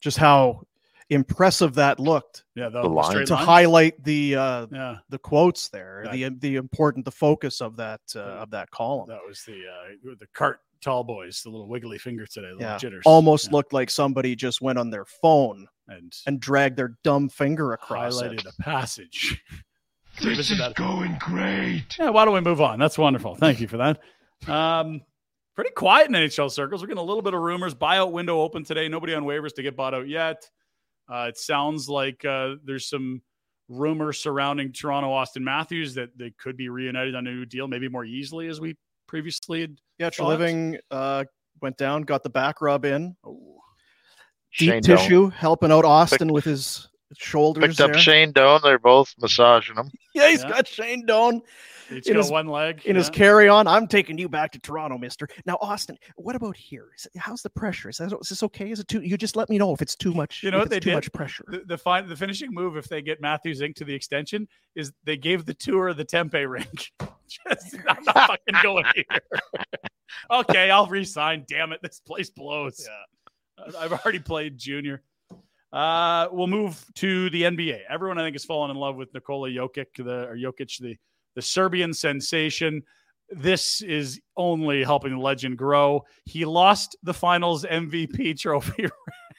S1: just how impressive that looked
S2: Yeah, the,
S3: The
S2: the
S3: line.
S2: straight
S1: to
S2: line.
S1: highlight the uh,
S2: Yeah,
S1: the quotes there,
S2: That-
S1: the the important the focus of that uh, of that column.
S2: that was the uh, the cart tall boys, the little wiggly finger today, little
S1: yeah,
S2: jitters,
S1: almost
S2: Yeah,
S1: looked like somebody just went on their phone
S2: and,
S1: and dragged their dumb finger across
S2: highlighted
S1: it.
S2: a passage.
S5: This is
S2: Revisited.
S5: going great.
S2: yeah, why don't we move on? That's wonderful. Thank you for that. Um, pretty quiet in NHL circles. We're getting a little bit of rumors. Buyout window open today. Nobody on waivers to get bought out yet. Uh, it sounds like uh, there's some rumor surrounding Toronto Austin Matthews that they could be reunited on a new deal, maybe more easily as we previously had.
S1: Yeah, True
S2: Thoughts?
S1: Living uh, went down, got the back rub in,
S2: Oh,
S1: deep
S3: Shane Doan-
S1: tissue, helping out Austin with his shoulders.
S3: picked up
S1: there.
S3: Shane Doan. They're both massaging him.
S1: Yeah, he's
S2: Yeah.
S1: got Shane Doan
S2: each
S1: In
S2: got
S1: his-
S2: one leg
S1: in his
S2: yeah.
S1: carry on. I'm taking you back to Toronto, Mister. Now, Austin, what about here? Is it, how's the pressure? Is, that, is this okay? Is it too? You just let me know if it's too much.
S2: You know
S1: if
S2: what
S1: it's
S2: they
S1: too
S2: did?
S1: much pressure.
S2: the, the fin- the finishing move if they get Matthews Inc. to the extension is they gave the tour of the Tempe rink. Just I'm not fucking going here. okay, I'll resign. Damn it, this place blows. Yeah, I've already played junior. Uh, we'll move to the NBA. Everyone I think has fallen in love with Nikola Jokic, the or Jokic, the the Serbian sensation. This is only helping the legend grow. He lost the finals MVP trophy.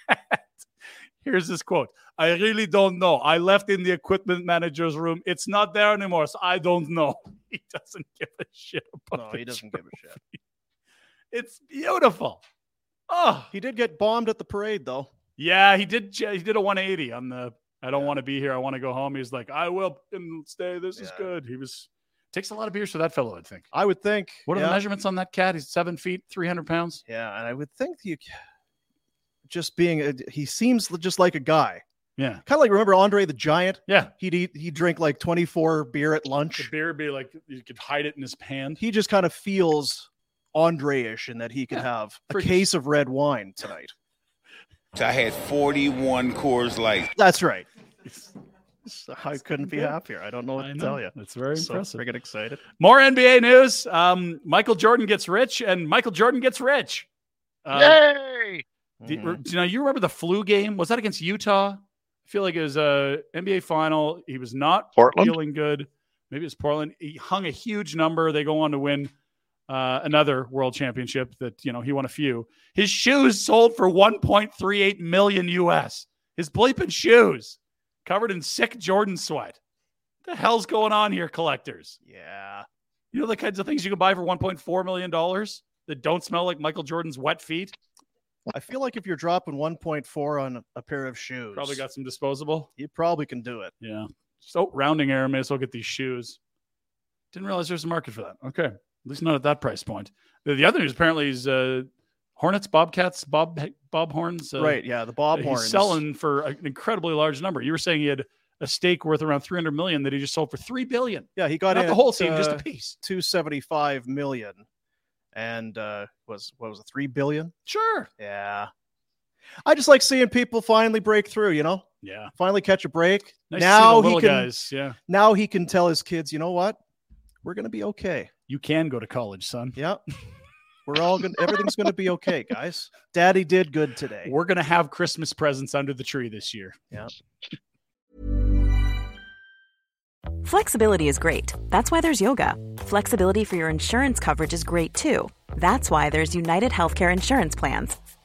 S2: Here's his quote. I really don't know. I left in the equipment manager's room. It's not there anymore, so I don't know. He doesn't give a shit about
S1: No, Oh, he
S2: the
S1: doesn't give a shit.
S2: tro- It's beautiful. Oh,
S1: He did get bombed at the parade, though.
S2: yeah, he did j- he did a 180 on the I don't want to be here. I want to go home. He's like, I will fucking stay. This is
S1: Yeah.
S2: good. He was takes a lot of beers for that fellow, I think.
S1: I would think.
S2: What are
S1: yeah.
S2: the measurements on that cat? He's seven feet, three hundred pounds.
S1: Yeah, and I would think you just being a, he seems just like a guy.
S2: Yeah.
S1: Kind of like remember Andre the Giant?
S2: Yeah.
S1: He'd eat, he'd drink like 24 beer at
S2: The
S1: lunch.
S2: beer be like you could hide it in his pan.
S1: He just kind of feels Andre-ish in that he could
S2: Yeah,
S1: have a
S2: pretty-
S1: case of red wine tonight.
S5: I had 41 Coors Light.
S1: That's right. So I couldn't be happier. I don't know what
S2: I
S1: to
S2: know.
S1: tell you.
S2: It's very
S1: So
S2: impressive.
S1: freaking excited.
S2: More NBA news. Um, Michael Jordan gets rich, and Michael Jordan gets rich. Uh,
S3: Yay!
S2: the-
S1: Mm-hmm.
S2: do- now you remember the flu game? Was that against Utah? I feel like it was a NBA final. He was not
S3: Portland.
S2: feeling good. Maybe it's Portland. He hung a huge number. They go on to win uh, another world championship. That you know he won a few. His shoes sold for 1.38 million US. His bleeping shoes, covered in sick Jordan sweat. What the hell's going on here, collectors?
S1: Yeah.
S2: You know the kinds of things you can buy for 1.4 million dollars that don't smell like Michael Jordan's wet feet.
S1: I feel like if you're dropping 1.4 on a pair of shoes,
S2: Probably got some disposable.
S1: you probably can do it.
S2: Yeah. So rounding error, may as well get these shoes. Didn't realize there's a market for that. Okay, at least not at that price point. The, the other news apparently is uh, Hornets, Bobcats, Bob Bob Horns. Uh,
S1: right. Yeah. The Bob
S2: he's
S1: horns.
S2: selling for an incredibly large number. You were saying he had a stake worth around 300 million that he just sold for three billion.
S1: Yeah. He got
S2: Not
S1: in
S2: the whole
S1: at,
S2: team, just
S1: uh,
S2: a piece.
S1: 275 million and uh was what was it 3 billion
S2: Sure.
S1: yeah i just like seeing people finally break through you know
S2: Yeah.
S1: finally catch a break
S2: Nice to see the
S1: now he
S2: little
S1: can
S2: guys. Yeah.
S1: now he can tell his kids you know what we're gonna be okay
S2: You can go to college, son.
S1: Yep. We're all going to, everything's going to be okay, guys. Daddy did good today.
S2: We're gonna have Christmas presents under the tree this year.
S7: Flexibility is great. That's why there's yoga. Flexibility for your insurance coverage is great too. That's why there's United Healthcare Insurance Plans.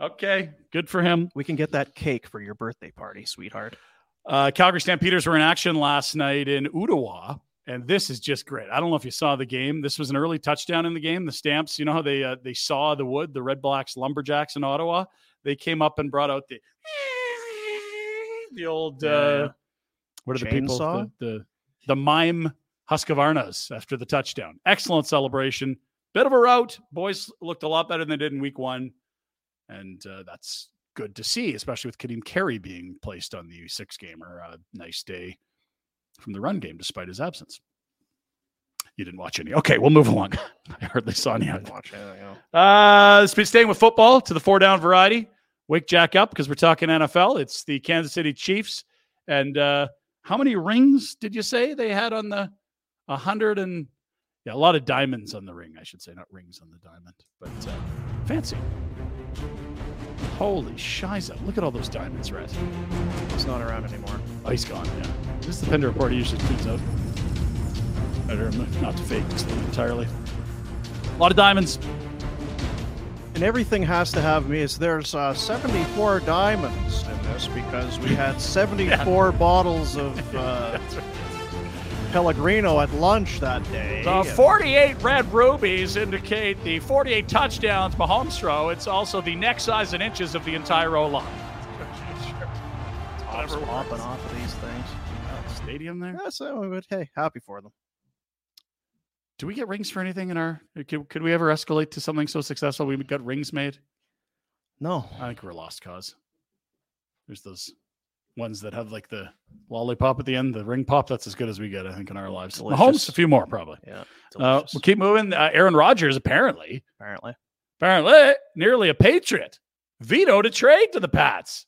S2: Okay, good for him.
S1: We can get that cake for your birthday party, sweetheart.
S2: Uh, Calgary Stampeders were in action last night in Ottawa, and this is just great. I don't know if you saw the game. This was an early touchdown in the game. The Stamps, you know how they uh, they saw the wood, the Red Blacks Lumberjacks in Ottawa. They came up and brought out the the old uh, what are the people the,
S1: Chainsaw?
S2: the the mime Husqvarnas after the touchdown. Excellent celebration. Bit of a rout. Boys looked a lot better than they did in week one, and uh, that's good to see, especially with Kadeem Carey being placed on the six gamer. Uh, nice day from the run game despite his absence. You didn't watch any. Okay, we'll move along. I hardly saw any. of it.
S1: Watch anything else.
S2: Uh, sp- staying with football to the four down variety. Wake Jack up because we're talking NFL. It's the Kansas City Chiefs. And uh, how many rings did you say they had on the a hundred and yeah, a lot of diamonds on the ring, I should say, not rings on the diamond, but uh, fancy. Holy shiza! Look at all those diamonds, Red.
S1: It's not around anymore.
S2: Oh, he's gone. Yeah, this is the Pender report. He usually tweets out. Better not to fake this thing entirely. A lot of diamonds.
S1: And everything has to have me. Is there's uh, 74 diamonds in this because we had 74 bottles of uh, Pellegrino at lunch that day.
S2: The 48 Uh, red rubies indicate the 48 touchdowns Mahomes throw. It's also the neck size and inches of the entire O line.
S1: Pops popping off of these things.
S2: Stadium there.
S1: Yeah, so, but hey, happy for them.
S2: Do we get rings for anything in our? Could, could we ever escalate to something so successful we got rings made?
S1: No,
S2: I think we're a lost cause. There's those ones that have like the lollipop at the end, the ring pop. That's as good as we get, I think, in our lives. Mahomes,
S1: Delicious.
S2: a few more probably.
S1: yeah,
S2: Uh,
S1: delicious,
S2: we'll keep moving. Uh, Aaron Rodgers apparently
S1: apparently.
S2: apparently nearly a patriot vetoed a trade to the pats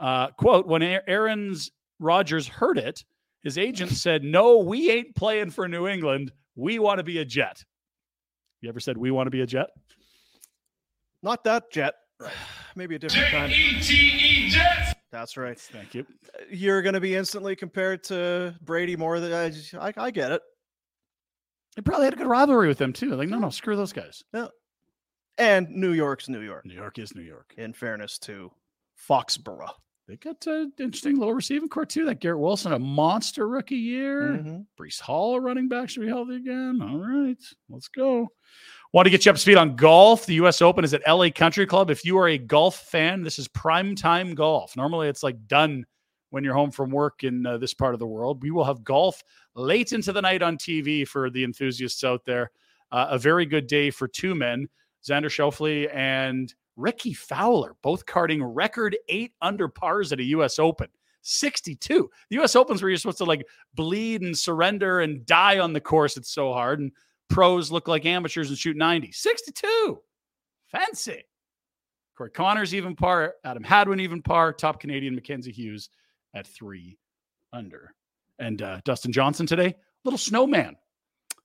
S2: uh, quote when A- aaron's rogers heard it his agent said no we ain't playing for new england we want to be a jet you ever said we want to be a jet
S1: Not that jet. Maybe a different kind. That's right.
S2: thank you
S1: Uh, You're going to be instantly compared to Brady more than I, just- I, I get it.
S2: they probably had a good rivalry with them too like no no screw those guys
S1: And New York's New York,
S2: new york is new york
S1: in fairness to Foxborough.
S2: they got an interesting little receiving core too that garrett wilson a monster rookie year
S1: Mhm.
S2: Brees Hall, a running back, should be healthy again. All right, let's go. Want to get you up to speed on golf? The U.S. Open is at LA Country Club. If you are a golf fan, this is prime time golf. Normally, it's like done when you're home from work in uh, this part of the world. We will have golf late into the night on TV for the enthusiasts out there. Uh, a very good day for two men, Xander Schauffele and Ricky Fowler, both carding record eight under pars at a U.S. Open. 62. The U.S. Opens where you're supposed to like bleed and surrender and die on the course. It's so hard. And pros look like amateurs and shoot 90. 62. Fancy. Corey Connors even par. Adam Hadwin even par. Top Canadian Mackenzie Hughes at three under. And uh, Dustin Johnson today, little snowman.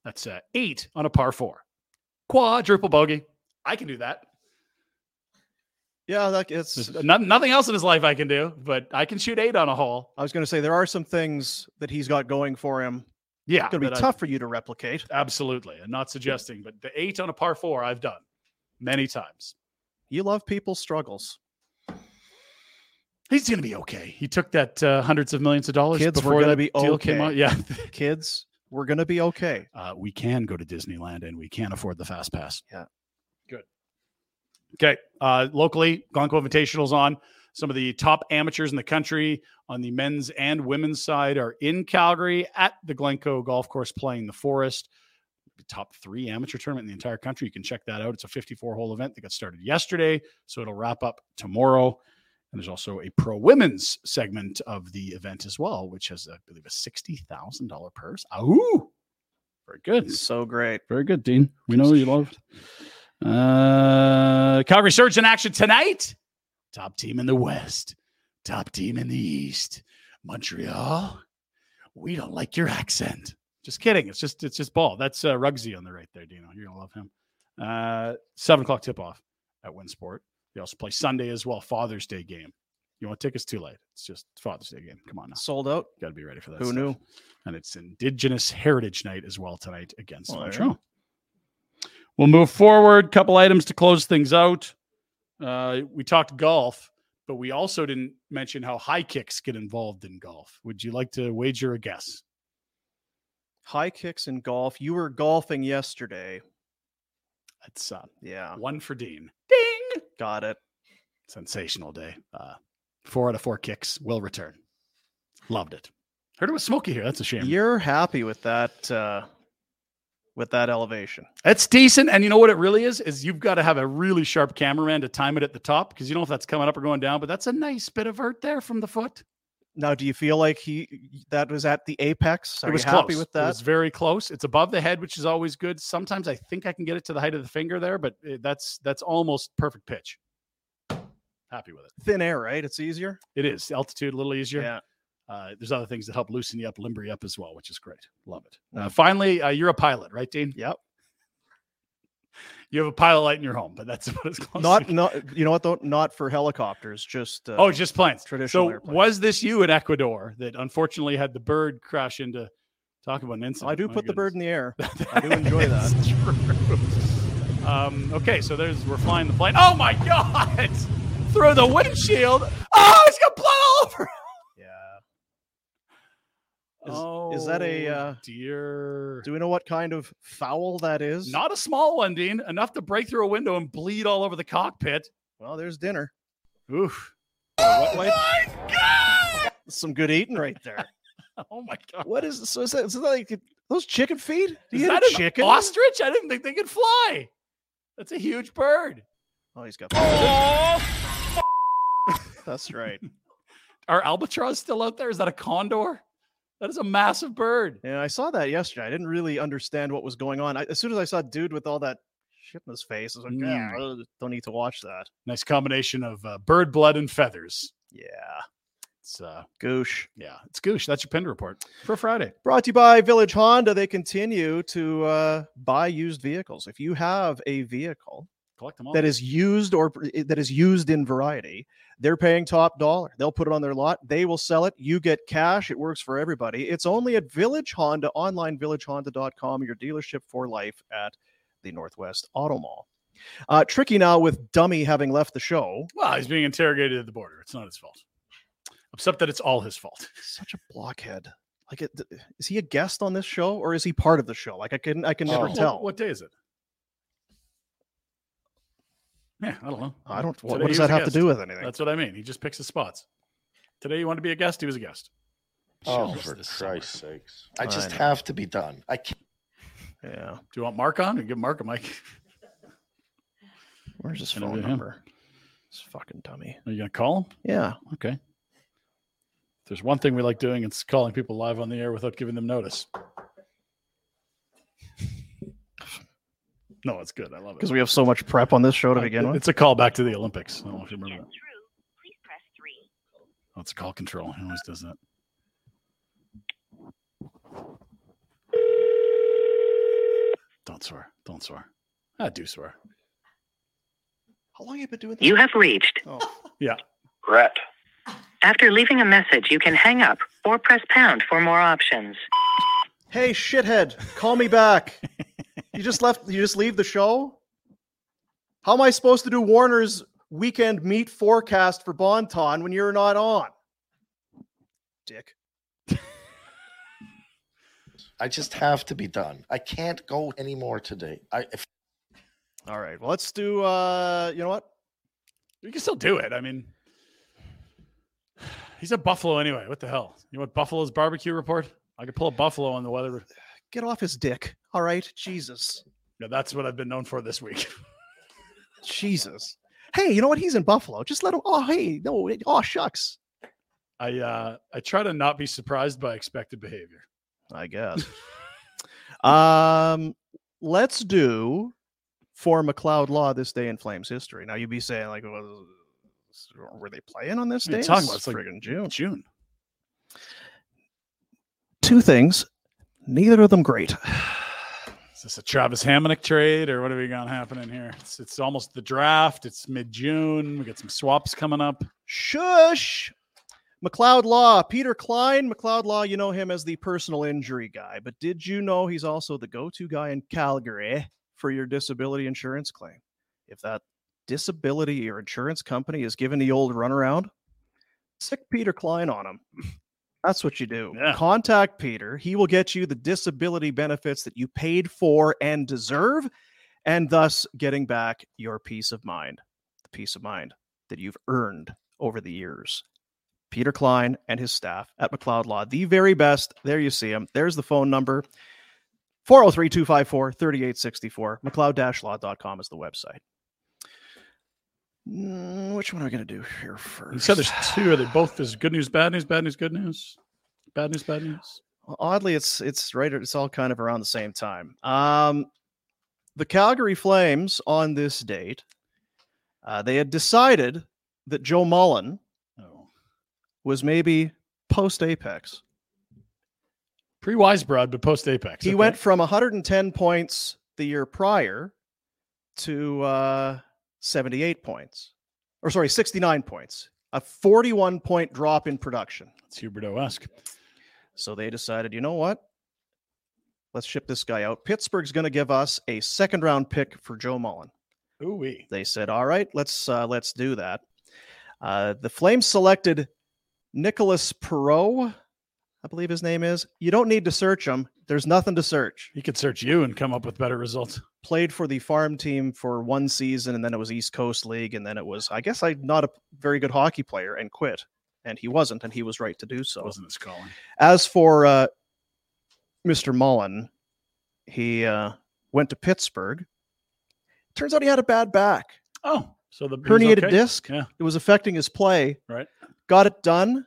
S2: That's uh, eight on a par four. Quadruple bogey. I can do that.
S1: Yeah, that, it's
S2: Not, nothing else in his life I can do, but I can shoot eight on a hole.
S1: I was going to say there are some things that he's got going for him.
S2: Yeah, uh,
S1: it's going to be
S2: that I-
S1: tough for you to replicate.
S2: Absolutely. I'm not suggesting, but the eight on a par four I've done many times.
S1: You love people's struggles.
S2: He's going to be okay. He took that uh, hundreds of millions of dollars
S1: Kids,
S2: before
S1: we're going to
S2: that
S1: be
S2: deal
S1: okay.
S2: came out. Yeah.
S1: kids, we're going to be okay.
S2: Uh, we can go to Disneyland and we can afford the fast pass.
S1: Yeah.
S2: Good. Okay. Uh, locally, Gonco Invitational's on. Some of the top amateurs in the country on the men's and women's side are in Calgary at the Glencoe Golf Course playing the Forest. The top three amateur tournament in the entire country. You can check that out. It's a 54 hole event that got started yesterday. So it'll wrap up tomorrow. And there's also a pro women's segment of the event as well, which has, I believe, a $60,000 purse. Ahoo! Very good.
S1: So great.
S2: Very good, Dean. We know you loved. Uh, Calgary Surge in action tonight. Top team in the West. Top team in the East. Montreal. We don't like your accent. Just kidding. It's just it's just ball. That's uh, Rugsy on the right there, Dino. You're gonna love him. Uh, seven o'clock tip off at Winsport. They also play Sunday as well. Father's Day game. You want tickets too late. It's just Father's Day game. Come on now.
S1: Sold out.
S2: Got to be ready for that.
S1: Who
S2: stuff.
S1: knew?
S2: And it's Indigenous Heritage Night as well tonight against
S1: Well, there you
S2: Montreal. We'll move forward. Couple items to close things out. Uh, we talked golf, but we also didn't mention how high kicks get involved in golf. Would you like to wager a guess?
S1: High kicks in golf. You were golfing yesterday.
S2: That's uh,
S1: Yeah,
S2: one for Dean.
S1: got it.
S2: Sensational day. Uh, four out of four kicks will return. Loved it. Heard it was smoky here. That's a shame.
S1: You're happy with that uh with that elevation.
S2: That's decent. And you know what it really is? Is you've got to have a really sharp cameraman to time it at the top because you don't know if that's coming up or going down, but that's a nice bit of vert there from the foot.
S1: Now, do you feel like he that was at the apex? Are
S2: it was
S1: you happy
S2: close.
S1: with that?
S2: It was very close. It's above the head, which is always good. Sometimes I think I can get it to the height of the finger there, but uh, that's that's almost perfect pitch. Happy with it.
S1: Thin air, right? It's easier.
S2: It is altitude a little easier. Uh, there's other things that help loosen you up, limber you up as well, which is great. Love it. Uh, finally, uh, you're a pilot, right, Dean?
S1: Yep.
S2: You have a pilot light in your home, but that's about as close. as I
S1: Not
S2: can-
S1: not you know what though? Not for helicopters, just uh,
S2: oh, just planes.
S1: traditional
S2: So
S1: airplanes.
S2: was this you in Ecuador that unfortunately had the bird crash into? Talk about an incident.
S1: I do
S2: my
S1: put the bird in the air.
S2: Oh, goodness.
S1: I do enjoy that.
S2: It's true. Um, okay, so there's we're flying the plane. Oh my god! Through the windshield. Oh, it's gonna blow all over.
S1: Yeah. Is- is that a,
S2: Oh,
S1: uh,
S2: dear?
S1: Do we know what kind of foul that is?
S2: Not a small one, Dean. Enough to break through a window and bleed all over the cockpit.
S1: Well, there's dinner.
S2: Oof.
S1: Oh my god! Some good eating right there.
S2: Oh my god.
S1: what is so? Is that, is that like those chicken feed? Do
S2: Is
S1: you
S2: that
S1: eat a
S2: an
S1: chicken?
S2: ostrich? I didn't think they could fly. That's a huge bird.
S1: Oh, he's got. That's right.
S2: Are albatross still out there? Is that a condor? That is a massive bird.
S1: Yeah, I saw that yesterday. I didn't really understand what was going on. I, as soon as I saw dude with all that shit in his face, I was like, yeah, ugh, don't need to watch that.
S2: Nice combination of uh, bird blood and feathers.
S1: Yeah,
S2: It's uh,
S1: goosh.
S2: yeah, it's goosh. That's your pin report for Friday.
S1: Brought to you by Village Honda. They continue to uh, buy used vehicles. If you have a vehicle
S2: Collect them all.
S1: that is used or eh, that is used in variety, they're paying top dollar. They'll put it on their lot. They will sell it. You get cash. It works for everybody. It's only at Village Honda online, villagehonda.com, your dealership for life at the Northwest Auto Mall. Uh, tricky now with Dummy having left the show.
S2: Well, he's being interrogated at the border. It's not his fault, except that it's all his fault.
S1: Such a blockhead. Like, it, is he a guest on this show or is he part of the show? Like, I can I can never
S2: What-
S1: tell.
S2: What day is it? Yeah, I don't know.
S1: I don't. What, what
S2: Today
S1: does
S2: he was
S1: that
S2: a
S1: have to
S2: guest.
S1: do with anything?
S2: That's what I mean. He just picks his spots. Today you want to be a guest? He was a guest.
S8: Oh,
S2: Shows
S8: for
S2: this
S8: Christ's sakes! I
S2: I
S8: just
S2: know.
S8: have to be done. I can't.
S1: Yeah.
S2: Do you want Mark on or give Mark a mic?
S1: Where's his
S2: Interview
S1: phone
S2: him.
S1: number? This fucking dummy.
S2: Are you going to call him?
S1: Yeah.
S2: Okay. If there's one thing we like doing, it's calling people live on the air without giving them notice. No, it's good. I love it.
S1: Because we have so much prep on this show to begin with.
S2: It's a call back to the Olympics. I don't know if you remember that. Oh, it's call control. He always does that. Don't swear. Don't swear. I do swear.
S8: How long have you been doing this?
S9: You have reached.
S2: Yeah.
S9: Rat. After leaving a message, you can hang up or press pound for more options.
S1: Hey, shithead, call me back. you just left. You just leave the show. How am I supposed to do Warner's weekend meat forecast for Bonton when you're not on? Dick.
S8: I just have to be done. I can't go anymore today. I if,
S1: All right. Well, let's do. uh You know what?
S2: You can still do it. I mean, he's at Buffalo anyway. What the hell? You want Buffalo's barbecue report? I could pull a Buffalo on the weather.
S1: Get off his dick. All right. Jesus.
S2: Yeah, that's what I've been known for this week.
S1: Jesus. Hey, you know what? He's in Buffalo. Just let him. Oh, hey, no. it- Oh, shucks.
S2: I uh, I try to not be surprised by expected behavior.
S1: I guess. um, let's do for McLeod Law this day in Flames history. Now you'd be saying like, well, were they playing on this
S2: What are
S1: day?
S2: you talking about? It's like
S1: friggin' June.
S2: June.
S1: Two things. Neither of them great.
S2: Is this a Travis Hammonick trade or what have we got happening here? It's, it's almost the draft. It's mid June. We got some swaps coming up.
S1: Shush. McLeod Law, Peter Klein. McLeod Law, you know him as the personal injury guy, but did you know he's also the go to guy in Calgary for your disability insurance claim? If that disability or insurance company is giving the old runaround, sick Peter Klein on him. That's what you do. Contact Peter. He will get you the disability benefits that you paid for and deserve, and thus getting back your peace of mind, the peace of mind that you've earned over the years. Peter Klein and his staff at McLeod Law, the very best. There you see him. There's the phone number 403 254 3864. McLeod law.com is the website. Mm, Which one are we going to do here first?
S2: You said there's two. Are they both? There's good news, bad news, bad news, good news, bad news, bad news.
S1: Well, oddly it's it's right it's all kind of around the same time um the calgary flames on this date uh, they had decided that joe mullen was maybe post apex
S2: Pre Wisebroad, but post Apex.
S1: he went from 110 points the year prior to uh 78 points or sorry 69 points a 41 point drop in production
S2: it's huberto esque
S1: so they decided you know what let's ship this guy out pittsburgh's going to give us a second round pick for joe mullen
S2: Ooh wee.
S1: they said all right let's uh, let's do that uh, the flames selected nicholas perot i believe his name is you don't need to search him there's nothing to search
S2: he could search you and come up with better results
S1: played for the farm team for one season and then it was east coast league and then it was i guess i'm not a very good hockey player and quit and he wasn't and he was right to do so
S2: wasn't his calling
S1: as for uh, Mr. Mullen, he uh, went to Pittsburgh. Turns out he had a bad back,
S2: Oh, so the he's
S1: herniated
S2: okay?
S1: disc.
S2: Yeah,
S1: It was affecting his play.
S2: right.
S1: Got it done.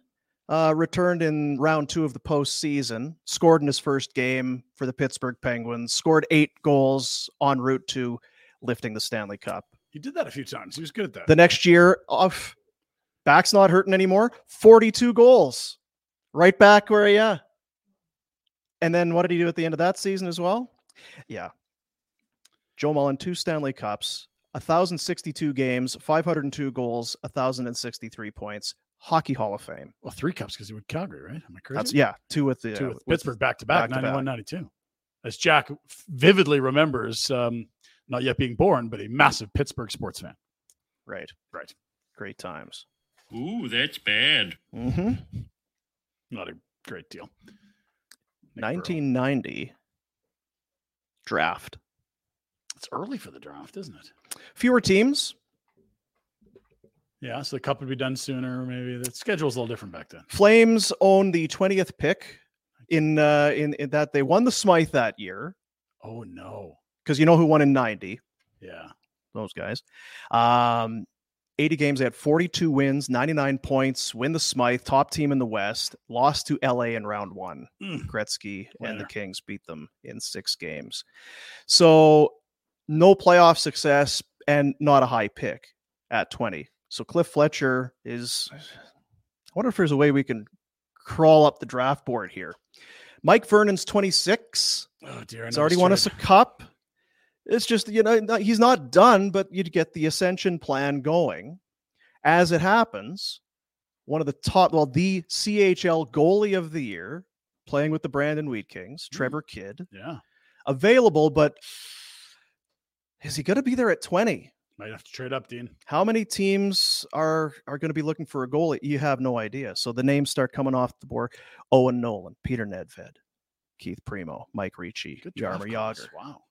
S1: Uh, returned in round two of the postseason. Scored in his first game for the Pittsburgh Penguins. Scored eight goals en route to lifting the Stanley Cup.
S2: He did that a few times. He was good at that.
S1: The next year, off back's not hurting anymore. 42 goals. Right back where he yeah. And then what did he do at the end of that season as well? Yeah. Joe Mullen, two Stanley Cups, 1,062 games, 502 goals, 1,063 points. Hockey Hall of Fame.
S2: Well, three cups because he went Calgary, right? Am I crazy?
S1: That's yeah, two with the
S2: Two
S1: uh,
S2: with
S1: with
S2: Pittsburgh back to back,
S1: back-to-back.
S2: 91 92. As Jack vividly remembers, um, not yet being born, but a massive Pittsburgh sports fan.
S1: Right.
S2: Right.
S1: Great times.
S10: Ooh, that's bad.
S1: Mm-hmm.
S2: Not a great deal.
S1: 1990 draft.
S2: It's early for the draft, isn't it?
S1: Fewer teams.
S2: Yeah, so the cup would be done sooner. Maybe the schedule's a little different back then.
S1: Flames own the 20th pick in uh in, in that they won the Smythe that year.
S2: Oh no.
S1: Because you know who won in 90?
S2: Yeah.
S1: Those guys. Um 80 games, they had 42 wins, 99 points, win the Smythe, top team in the West, lost to LA in round one.
S2: Mm.
S1: Gretzky and the
S2: Winner.
S1: Kings beat them in six games. So no playoff success and not a high pick at 20. So Cliff Fletcher is I wonder if there's a way we can crawl up the draft board here. Mike Vernon's 26.
S2: Oh dear. I
S1: He's
S2: know
S1: already
S2: this
S1: won
S2: trade.
S1: us a cup. It's just, you know, not- he's not done, but you'd get the ascension plan going. As it happens, one of the top, well, the CHL goalie of the year, playing with the Brandon Wheat Kings, Trevor Kidd,
S2: Yeah.
S1: available, but is he going to be there at 20?
S2: Might have to trade up, Dean.
S1: How many teams are are going to be looking for a goalie? You have no idea. So the names start coming off the board. Owen Nolan, Peter Nedved, Keith Primo, Mike Ricci, Jarmer
S2: draft
S1: Yager.
S2: class. Wow.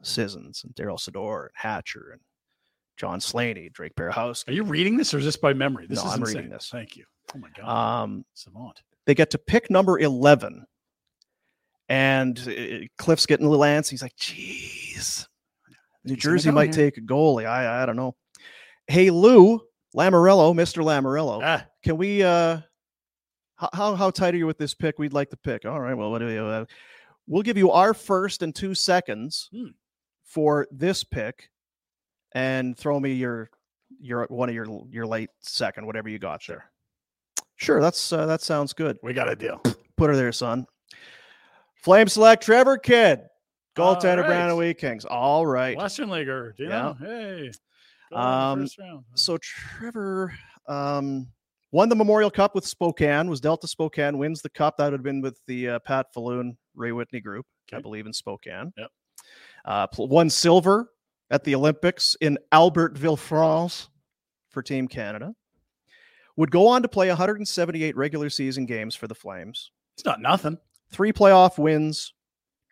S1: Sissons and Daryl Sador and Hatcher and John Slaney, Drake Berhowski.
S2: Are you reading this or is this by memory? This
S1: No,
S2: is
S1: I'm
S2: insane.
S1: reading this.
S2: Thank you. Oh my god.
S1: Um,
S2: Savant.
S1: they get to pick number 11. And uh, Cliff's getting a little antsy. He's like, geez, New
S2: gonna
S1: Jersey
S2: go
S1: might
S2: here."
S1: take a goalie. I, I don't know. Hey, Lou, Lamorello, Mr. Lamorello,
S2: Ah.
S1: can we, uh, how, how, how tight are you with this pick? We'd like the pick. All right. Well, what do we, uh, we'll give you our first and two seconds
S2: Hmm.
S1: for this pick and throw me your, your, one of your, your late second, whatever you got there. Sure. That's, uh, that sounds good.
S2: We got a deal.
S1: Put her there, son. Flame select Trevor Kidd, goaltender
S2: All right.
S1: Brandon Wheat Kings. All right.
S2: Western Leaguer, do you
S1: Yeah.
S2: know? Hey. Go on
S1: Um,
S2: the first round.
S1: So Trevor um, won the Memorial Cup with Spokane. Was dealt to Spokane. Wins the cup. That would have been with the uh, Pat Falloon Ray Whitney group, I
S2: Okay.
S1: believe, in Spokane.
S2: Yep.
S1: Uh, pl- won silver at the Olympics in Albertville, France, for Team Canada. Would go on to play 178 regular season games for the Flames.
S2: It's not nothing.
S1: three playoff wins,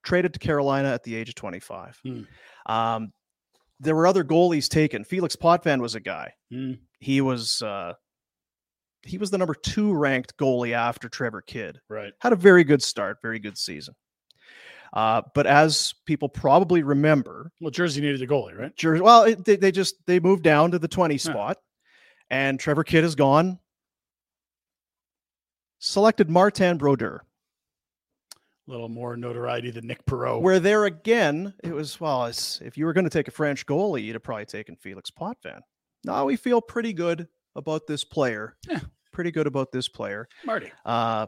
S1: traded to Carolina at the age of 25.
S2: Hmm.
S1: Um, there were other goalies taken. Felix Potvin was a guy.
S2: Hmm.
S1: He was uh, he was the number two ranked goalie after Trevor Kidd.
S2: Right.
S1: Had a very good start, very good season. Uh, but as people probably remember,
S2: Well, Jersey needed a goalie, right?
S1: Jersey. Well, it, they, they just they moved down to the 20
S2: Huh.
S1: spot, and Trevor Kidd is gone. Selected Martin Brodeur.
S2: A little more notoriety than Nick Perot.
S1: Where there again, it was well, it's, if you were going to take a French goalie, you'd have probably taken Felix Potvin. Now we feel pretty good about this player.
S2: Yeah.
S1: Pretty good about this player.
S2: Marty.
S1: Uh,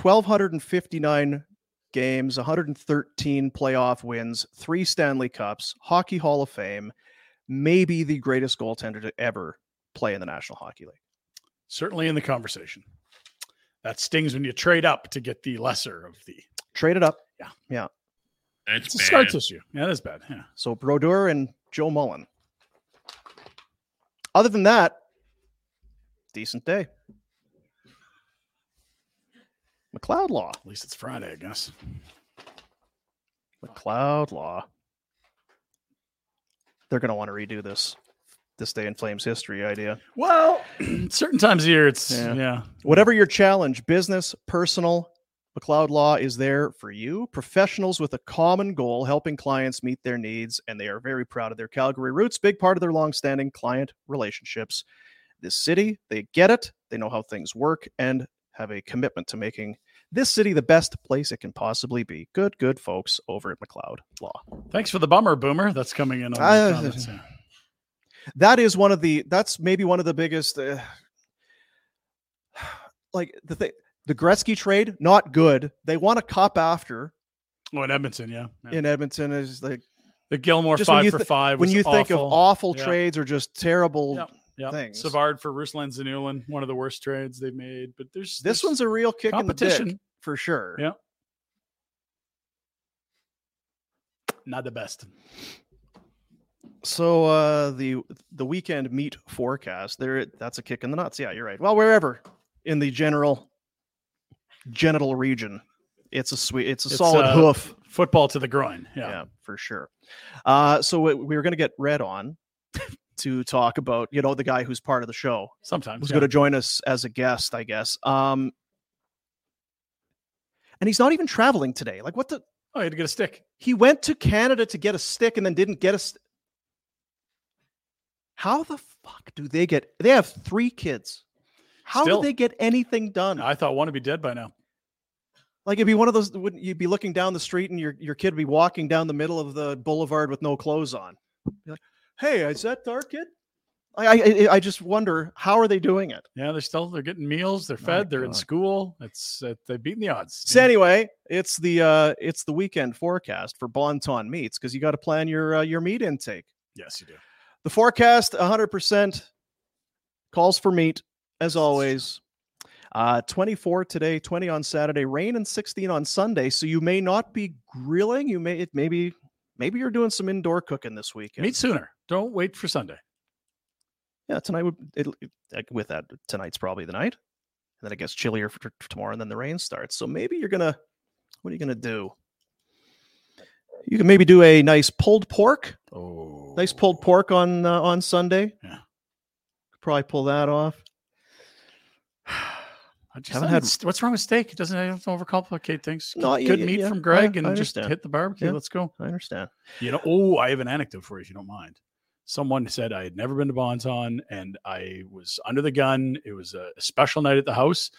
S1: 1,259 games, 113 playoff wins, three Stanley Cups, Hockey Hall of Fame, maybe the greatest goaltender to ever play in the National Hockey League.
S2: Certainly in the conversation. That stings when you trade up to get the lesser of the
S1: Traded up.
S2: Yeah.
S1: Yeah.
S10: That's
S2: it's a
S10: bad.
S2: scar tissue. Yeah, that's bad. Yeah.
S1: So Brodeur and Joe Mullen. Other than that, decent day. McLeod Law.
S2: At least it's Friday, I guess.
S1: McLeod Law. They're going to want to redo this this day in Flames history idea.
S2: Well, certain times of year, it's
S1: Yeah.
S2: yeah.
S1: Whatever your challenge, business, personal, McLeod Law is there for you. Professionals with a common goal, helping clients meet their needs, and they are very proud of their Calgary roots. Big part of their longstanding client relationships. This city, they get it, they know how things work, and have a commitment to making this city the best place it can possibly be. Good, good folks over at McLeod Law.
S2: Thanks for the bummer, Boomer. That's coming in on
S1: I-
S2: the comments. yeah.
S1: that is one of the that's maybe one of the biggest uh, like the thing the Gretzky trade not good they want a cop after
S2: Oh, in Edmonton, yeah. yeah.
S1: in Edmonton is like
S2: the Gilmore
S1: just when
S2: five
S1: you
S2: for
S1: thi-
S2: five.
S1: when
S2: was
S1: you think of
S2: awful.
S1: awful
S2: Yeah.
S1: trades or just terrible
S2: Yeah. Yeah,
S1: things.
S2: Savard for Ruslan Zanulin, one of the worst trades they've made. But there's
S1: this
S2: there's
S1: one's a real kick in the dick
S2: competition.
S1: for sure
S2: Yeah. not the best.
S1: so uh the the weekend meat forecast there that's a kick in the nuts yeah you're right well wherever in the general genital region it's a sweet it's a
S2: It's,
S1: solid
S2: uh,
S1: hoof
S2: Football to the groin.
S1: yeah,
S2: Yeah,
S1: for sure. Uh, so we, we were going to get red on. to talk about, you know, the guy who's part of the show.
S2: Sometimes
S1: who's
S2: yeah.
S1: going to join us as a guest, I guess. Um, and he's not even traveling today. Like, what the?
S2: Oh, he had to get a stick.
S1: He went to Canada to get a stick and then didn't get a. St- How the fuck do they get? They have three kids. How
S2: Still.
S1: do they get anything done?
S2: I thought one would be dead by now.
S1: Like it'd be one of those. Wouldn't you be looking down the street and your your kid would be walking down the middle of the boulevard with no clothes on? Be like, hey, is that our kid? I I, I- I just wonder how are they doing it.
S2: Yeah, they're still they're getting meals, they're fed, they're in school. It's uh, they've beaten the odds.
S1: So anyway, it's the uh it's the weekend forecast for Bonton meats because you got to plan your uh, your meat intake.
S2: Yes, you do.
S1: The forecast 100% calls for meat as always. Uh 24 today, 20 on Saturday, rain and 16 on Sunday, so you may not be grilling, you may it maybe maybe you're doing some indoor cooking this weekend.
S2: Meet sooner. Don't wait for Sunday.
S1: Yeah, tonight would it, like, with that tonight's probably the night. And then it gets chillier for, for tomorrow and then the rain starts. So maybe you're going to what are you going to do? You can maybe do a nice pulled pork.
S2: Oh.
S1: Nice pulled pork on uh, on Sunday.
S2: Yeah.
S1: Could probably pull that off.
S2: I just
S1: Haven't
S2: I
S1: had-
S2: mean, st- what's wrong with steak? It doesn't have to overcomplicate things.
S1: No,
S2: Get
S1: yeah,
S2: good
S1: yeah,
S2: meat
S1: yeah.
S2: from
S1: I-
S2: Greg
S1: I
S2: and just
S1: understand.
S2: hit the barbecue.
S1: Yeah.
S2: Let's go.
S1: I understand.
S2: You know, oh, I have an anecdote for you if you don't mind. Someone said I had never been to Bonton and I was under the gun. It was a a special night at the house.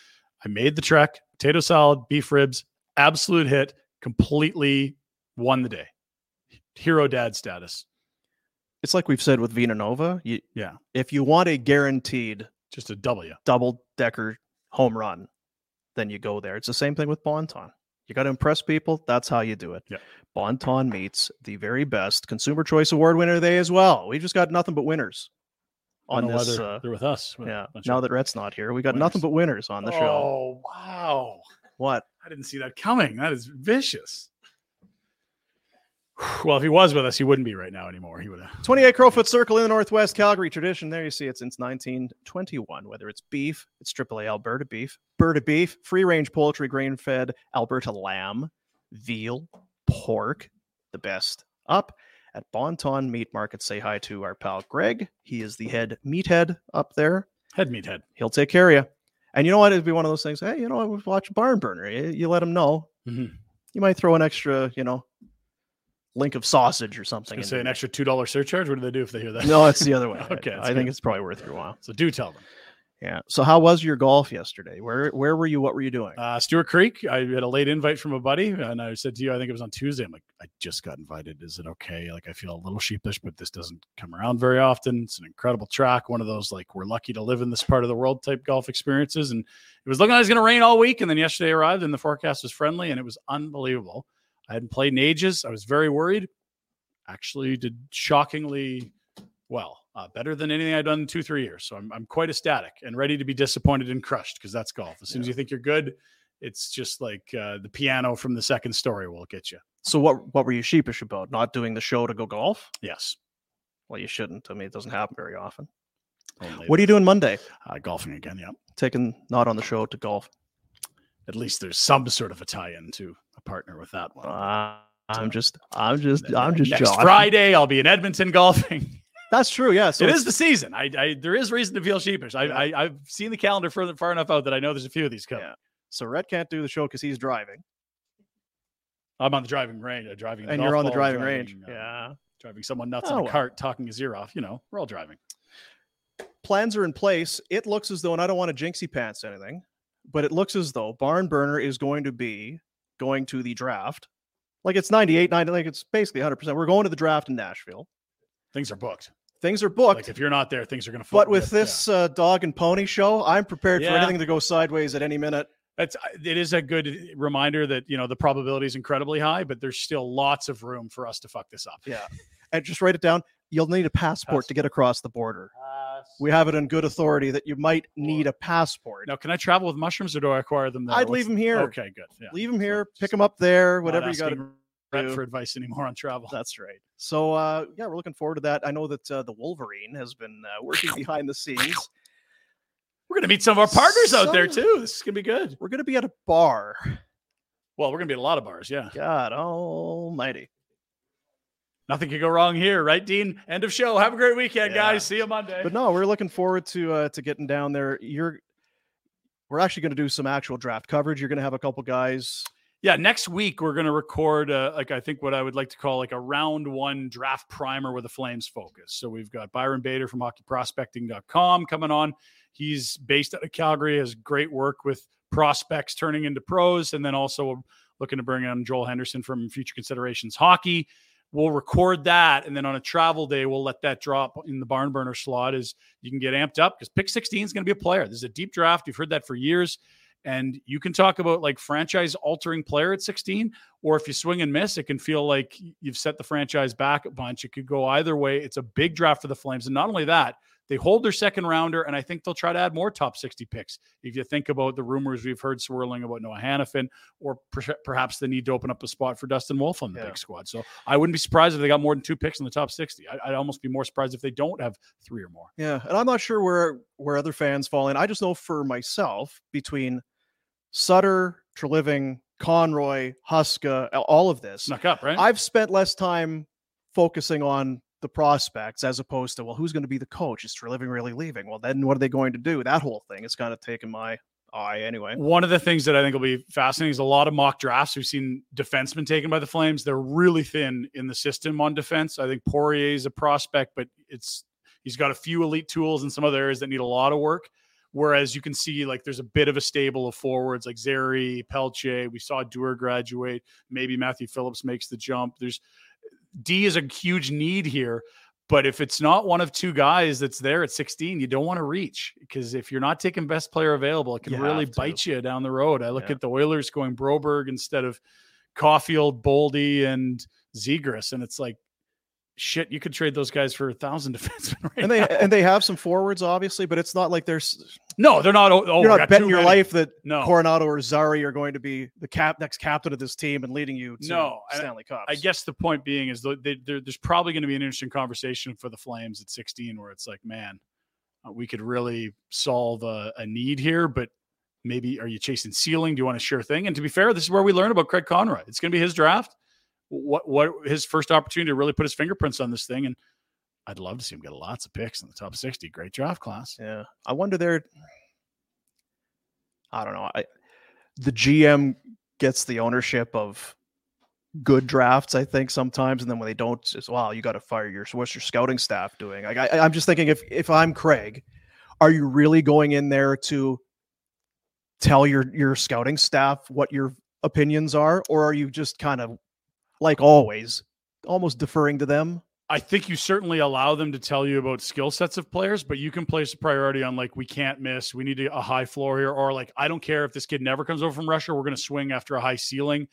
S2: I made the trek, potato salad, beef ribs, absolute hit, completely won the day. Hero dad status.
S1: It's like we've said with Vina Nova. You,
S2: yeah.
S1: If you want a guaranteed
S2: Just a W.
S1: double decker home run, then you go there. It's the same thing with Bonton. You got to impress people. That's how you do it.
S2: Yeah.
S1: Bonton meets the very best Consumer Choice Award winner they as well. We just got nothing but winners on
S2: Don't know why
S1: this.
S2: they're,
S1: Uh,
S2: they're with us. with a
S1: yeah.
S2: bunch
S1: Now
S2: of
S1: that Rhett's not here, we got nothing
S2: winners.
S1: but winners on the show.
S2: Oh wow!
S1: What?
S2: I didn't see that coming. That is vicious. Well, if he was with us, he wouldn't be right now anymore. He would have.
S1: 28 Crowfoot Circle in the Northwest Calgary tradition. There you see it since 1921. Whether it's beef, it's AAA Alberta beef, Alberta beef, free range poultry, grain fed Alberta lamb, veal, pork, the best up at Bonton Meat Market. Say hi to our pal Greg. He is the head meathead up there.
S2: Head meathead.
S1: He'll take care of you. And you know what? It'd be one of those things. Hey, you know what? We've watched Barn Burner. You, you let him know.
S2: Mhm.
S1: You might throw an extra, you know, link of sausage or something.
S2: Gonna
S1: in
S2: say
S1: there.
S2: an extra two dollar surcharge. What do they do if they hear that?
S1: No, it's the other way.
S2: okay,
S1: I think it's probably worth your while.
S2: So do tell them.
S1: Yeah. So how was your golf yesterday? Where where were you? What were you doing?
S2: Uh, Stewart Creek. I had a late invite from a buddy, and I said to you, I think it was on Tuesday. I'm like, I just got invited. Is it okay? Like, I feel a little sheepish, but this doesn't come around very often. It's an incredible track. One of those like we're lucky to live in this part of the world type golf experiences. And it was looking like it was going to rain all week, and then yesterday arrived, and the forecast was friendly, and it was unbelievable. I hadn't played in ages. I was very worried. Actually, did shockingly well, uh, better than anything I've done in two, three years. So I'm, I'm quite ecstatic and ready to be disappointed and crushed because that's golf. As soon as you think you're good, it's just like uh, the piano from the second story will get you.
S1: So what what were you sheepish about? Not doing the show to go golf?
S2: Yes.
S1: Well, you shouldn't. I mean, it doesn't happen very often.
S2: Only
S1: What are you doing Monday?
S2: Uh, golfing again. Yeah.
S1: Taking not on the show to golf.
S2: At least there's some sort of a tie in to a partner with that one.
S1: Uh, I'm just I'm just I'm just
S2: Next
S1: joshing.
S2: Friday, I'll be in Edmonton golfing.
S1: That's true. Yeah. So
S2: it is
S1: it's-
S2: the season. I, I there is reason to feel sheepish. I, I I've seen the calendar further far enough out that I know there's a few of these coming.
S1: so Rhett can't do the show because he's driving,
S2: I'm on the driving range, uh, driving,
S1: and
S2: golf
S1: you're on the
S2: ball,
S1: driving, range.
S2: uh,
S1: yeah.
S2: driving someone nuts
S1: Oh,
S2: in a
S1: well.
S2: cart, talking his ear off. You know, we're all driving.
S1: plans are in place. It looks as though, and I don't want to jinxy pants anything, but it looks as though Barn Burner is going to be going to the draft. Like it's 98, 90, like it's basically 100%. We're going to the draft in Nashville.
S2: Things are booked.
S1: Things are booked.
S2: Like if you're not there, things are going to.
S1: but with this uh, dog and pony show, I'm prepared for
S2: Yeah.
S1: anything to go sideways at any minute.
S2: that's uh, it is a good reminder that you know the probability is incredibly high, but there's still lots of room for us to fuck this up.
S1: Yeah. And just write it down. You'll need a passport to get across the border. We have it on good authority that you might need a passport.
S2: Now, can I travel with mushrooms, or do I acquire them? There?
S1: I'd leave
S2: What's-
S1: them here.
S2: Okay, good. Yeah.
S1: Leave them here, pick them up there, whatever you got to
S2: to Brett for advice anymore on travel.
S1: That's right. So uh, yeah, we're looking forward to that. I know that uh, the Wolverine has been uh, working behind the scenes.
S2: We're gonna meet some of our partners out there
S1: Some-
S2: too. This is gonna be good.
S1: We're going to be at a bar.
S2: Well, we're gonna be at a lot of bars. Yeah.
S1: God Almighty!
S2: Nothing could go wrong here, right, Dean? End of show. Have a great weekend, guys. See you Monday.
S1: But no, we're looking forward to uh, to getting down there. You're we're actually going to do some actual draft coverage. You're going to have a couple guys.
S2: Yeah, next week we're going to record uh, like I think what I would like to call like a round one draft primer with a Flames focus. So we've got Byron Bader from hockeyprospecting.com coming on. He's based out of Calgary, has great work with prospects turning into pros, and then also looking to bring on Joel Henderson from Future Considerations Hockey. We'll record that, and then on a travel day, we'll let that drop in the barn burner slot. Is you can get amped up because pick 16 is going to be a player. This is a deep draft. You've heard that for years and you can talk about like franchise altering player at 16 or if you swing and miss it can feel like you've set the franchise back a bunch it could go either way it's a big draft for the flames and not only that they hold their second rounder and i think they'll try to add more top 60 picks if you think about the rumors we've heard swirling about noah hannafin or per- perhaps the need to open up a spot for dustin wolf on the big squad so i wouldn't be surprised if they got more than two picks in the top 60 I- i'd almost be more surprised if they don't have three or more
S1: Yeah, and I'm not sure where where other fans fall in. I just know for myself between Sutter, Treliving, Conroy, Huska, a- all of this
S2: snuck up right
S1: I've spent less time focusing on the prospects as opposed to well, who's going to be the coach? Is Treliving really leaving? Well, then what are they going to do? That whole thing is kind of taken my eye anyway.
S2: One of the things that I think will be fascinating is a lot of mock drafts. We've seen defensemen taken by the Flames. They're really thin in the system on defense. I think Poirier is a prospect, but it's he's got a few elite tools and some other areas that need a lot of work. Whereas you can see like there's a bit of a stable of forwards like Zeri, Pelche. We saw Dewar graduate. Maybe Matthew Phillips makes the jump. There's D is a huge need here. But if it's not one of two guys that's there at 16, you don't want to reach because if you're not taking best player available, it can
S1: You
S2: really
S1: have to.
S2: bite you down the road. I look at the Oilers going Broberg instead of Caulfield, Boldy, and Zegras, and it's like, shit, you could trade those guys for a thousand defensemen. Right
S1: And they
S2: now.
S1: and they have some forwards obviously, but it's not like there's
S2: no, they're not. Oh, oh, we
S1: you're
S2: got
S1: not betting
S2: too
S1: your
S2: many.
S1: life that
S2: No.
S1: Coronado or Zari are going to be the cap next captain of this team and leading you to
S2: no and
S1: Stanley Cup.
S2: I guess the point being is that they, there- there's probably going to be an interesting conversation for the Flames at 16, where it's like, man, uh, we could really solve a, a need here, but maybe are you chasing ceiling? Do you want a sure thing? And to be fair, this is where we learn about Craig Conroy. It's going to be his draft. What what his first opportunity to really put his fingerprints on this thing, and I'd love to see him get lots of picks in the top 60. Great draft class.
S1: Yeah, I wonder there. I don't know. I, the GM gets the ownership of good drafts, I think sometimes, and then when they don't, it's just, wow, you got to fire your. so What's your scouting staff doing? Like, I, I'm just thinking if if I'm Craig, are you really going in there to tell your your scouting staff what your opinions are, or are you just kind of like always, almost deferring to them?
S2: I think you certainly allow them to tell you about skill sets of players, but you can place a priority on like we can't miss, we need a a high floor here, or like I don't care if this kid never comes over from Russia, we're going to swing after a high ceiling.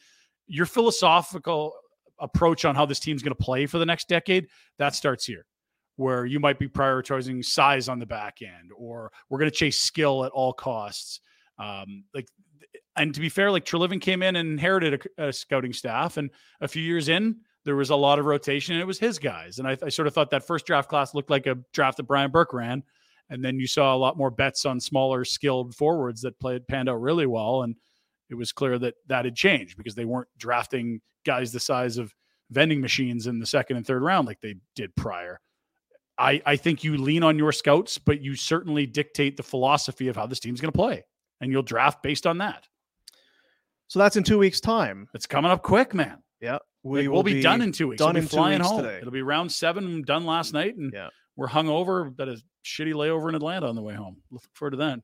S2: Your philosophical approach on how this team's going to play for the next decade that starts here, where you might be prioritizing size on the back end, or we're going to chase skill at all costs. Um, like, and to be fair, like Treliving came in and inherited a, a scouting staff, and a few years in, there was a lot of rotation, and it was his guys. And I, I sort of thought that first draft class looked like a draft that Brian Burke ran, and then you saw a lot more bets on smaller, skilled forwards that played panned out really well, and it was clear that that had changed because they weren't drafting guys the size of vending machines in the second and third round like they did prior. I, I think you lean on your scouts, but you certainly dictate the philosophy of how this team's going to play, and you'll draft based on that.
S1: So that's in two weeks' time.
S2: It's coming up quick, man.
S1: Yeah,
S2: We will be, done in two weeks.
S1: Done
S2: we'll be
S1: in two
S2: flying
S1: weeks
S2: home.
S1: today.
S2: It'll be round seven, done last night, and we're hung over. That is shitty layover in Atlanta on the way home. Look forward to that.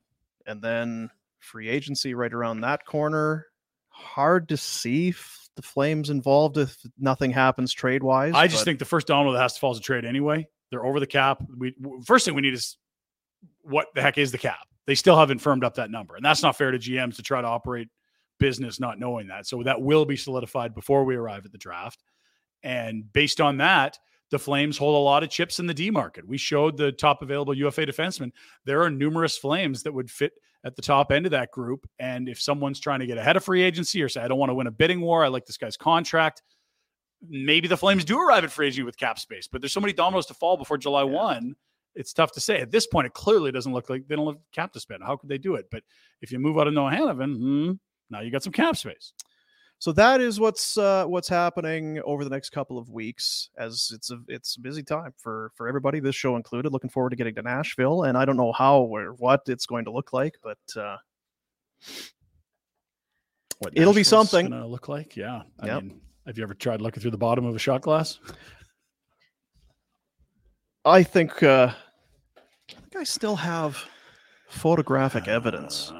S1: and then free agency right around that corner. Hard to see if the Flames involved if nothing happens trade wise.
S2: I just think the first domino that has to fall is a trade anyway. They're over the cap. We w- first thing we need is what the heck is the cap? They still haven't firmed up that number, and that's not fair to GMs to try to operate business not knowing that. So that will be solidified before we arrive at the draft. And based on that, the Flames hold a lot of chips in the D market. We showed the top available UFA defenseman. There are numerous Flames that would fit at the top end of that group. And if someone's trying to get ahead of free agency or say, I don't want to win a bidding war, I like this guy's contract, maybe the Flames do arrive at free agency with cap space, but there's so many dominoes to fall before July 1. It's tough to say. At this point, it clearly doesn't look like they don't have cap to spend. How could they do it? But if you move out of Noah Hanovan, hmm, now you got some cap space.
S1: So that is what's uh, what's happening over the next couple of weeks, as it's a it's a busy time for for everybody, this show included. Looking forward to getting to Nashville, and I don't know how or what it's going to look like, but uh,
S2: What
S1: It'll be
S2: Nashville's
S1: something.
S2: gonna look like, yeah. I
S1: Yep.
S2: mean, have you ever tried looking through the bottom of a shot glass?
S1: I think uh, I think I still have photographic evidence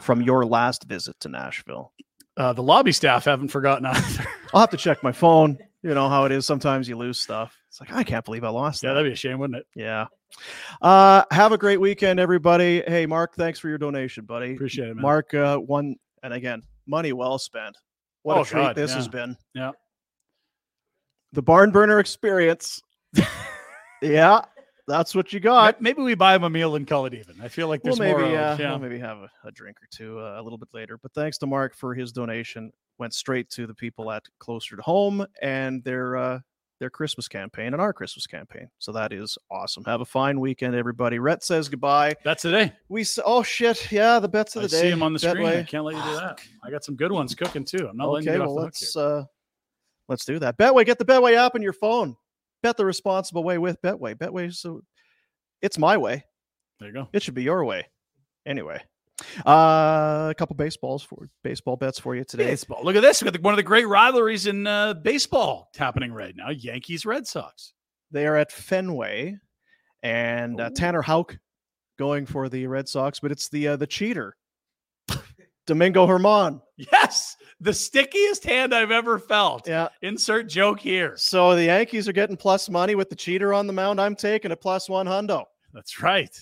S1: from your last visit to Nashville.
S2: Uh, the lobby staff haven't forgotten either.
S1: I'll have to check my phone. You know how it is. Sometimes you lose stuff. It's like I can't believe I lost
S2: Yeah,
S1: that.
S2: that'd be a shame, wouldn't it?
S1: Yeah. Uh, have a great weekend, everybody. Hey, Mark, thanks for your donation, buddy.
S2: Appreciate it, man.
S1: Mark. Uh, one and again, money well spent. What
S2: Oh,
S1: a treat
S2: God,
S1: this
S2: yeah.
S1: has been.
S2: Yeah.
S1: The barn burner experience. yeah, that's what you got.
S2: Maybe we buy him a meal and call it even. I feel like
S1: We'll
S2: there's
S1: maybe,
S2: more.
S1: uh,
S2: out, yeah.
S1: we'll maybe have a, a drink or two uh, a little bit later. But thanks to Mark for his donation. Went straight to the people at Closer to Home and their uh, their Christmas campaign and our Christmas campaign. So that is awesome. Have a fine weekend, everybody. Rhett says goodbye.
S2: That's today.
S1: We s- oh shit, yeah, the bets of
S2: I
S1: the day.
S2: see him on the screen. I
S1: Betway.
S2: can't let you do that. I got some good ones cooking too. I'm not letting
S1: Okay,
S2: you get
S1: well
S2: off the hook here.
S1: let's uh, let's do that. Betway, get the Betway app on your phone. Bet the responsible way with Betway. Betway's so it's my way.
S2: There you go.
S1: It should be your way. Anyway, uh, a couple baseballs for baseball bets for you today.
S2: Baseball. Look at this. We got the- one of the great rivalries in uh, baseball happening right now. Yankees Red Sox.
S1: They are at Fenway, and uh, Tanner Houck going for the Red Sox, but it's the uh, the cheater, Domingo Herman.
S2: Yes, the stickiest hand I've ever felt.
S1: Yeah.
S2: Insert joke here.
S1: So the Yankees are getting plus money with the cheater on the mound. I'm taking a plus one hundo.
S2: That's right.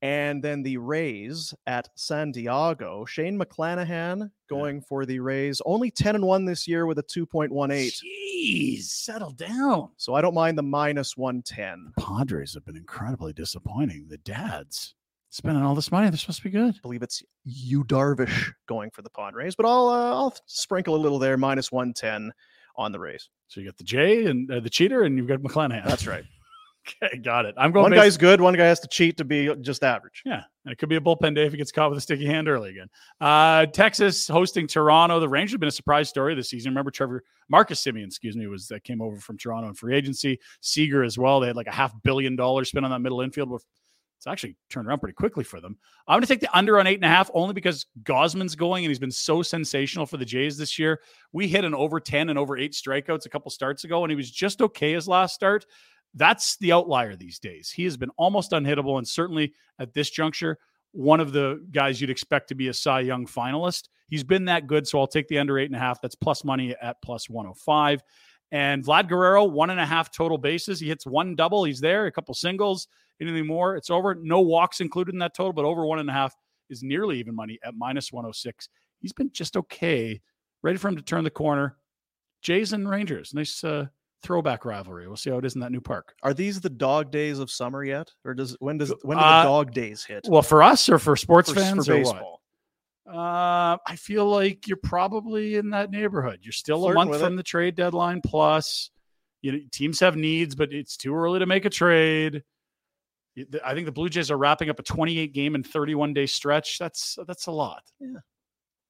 S1: And then the Rays at San Diego. Shane McClanahan going for the Rays. Only 10 and 1 this year with a 2.18.
S2: Jeez, settle down.
S1: So I don't mind the minus 110.
S2: Padres have been incredibly disappointing. The dads spending all this money. They're supposed to be good.
S1: believe it's you Darvish going for the Padres, but I'll uh, I'll sprinkle a little there minus 110 on the Rays.
S2: So you got the J and uh, the cheater, and you've got McClanahan.
S1: That's right.
S2: okay, got it. I'm going.
S1: one
S2: base-
S1: guy's good, one guy has to cheat to be just average.
S2: Yeah, and it could be a bullpen day if he gets caught with a sticky hand early again. Uh, Texas hosting Toronto. The Rangers have been a surprise story this season. Remember Trevor Marcus Simeon, excuse me, was that came over from Toronto in free agency. Seager as well. They had like a half billion dollars spent on that middle infield. With it's actually turned around pretty quickly for them. I'm going to take the under on eight and a half only because Gosman's going and he's been so sensational for the Jays this year. We hit an over 10 and over eight strikeouts a couple starts ago, and he was just okay his last start. That's the outlier these days. He has been almost unhittable, and certainly at this juncture, one of the guys you'd expect to be a Cy Young finalist. He's been that good, so I'll take the under eight and a half. That's plus money at plus 105. And Vlad Guerrero, one and a half total bases. He hits one double. He's there, a couple singles. Anything more, it's over. No walks included in that total, but over one and a half is nearly even money at minus 106. He's been just okay. Ready for him to turn the corner. Jays and Rangers, nice uh, throwback rivalry. We'll see how it is in that new park.
S1: Are these the dog days of summer yet, or does when does when do
S2: Uh,
S1: the dog days hit?
S2: Well, for us or for sports
S1: For- for
S2: fans or what?
S1: baseball.
S2: Uh, I feel like you're probably in that neighborhood. You're still
S1: Flirting
S2: a month
S1: with
S2: from
S1: it.
S2: the trade deadline. Plus, you know, teams have needs, but it's too early to make a trade. You- the- I think the Blue Jays are wrapping up a 28 game and 31 day stretch. That's that's a lot.
S1: Yeah,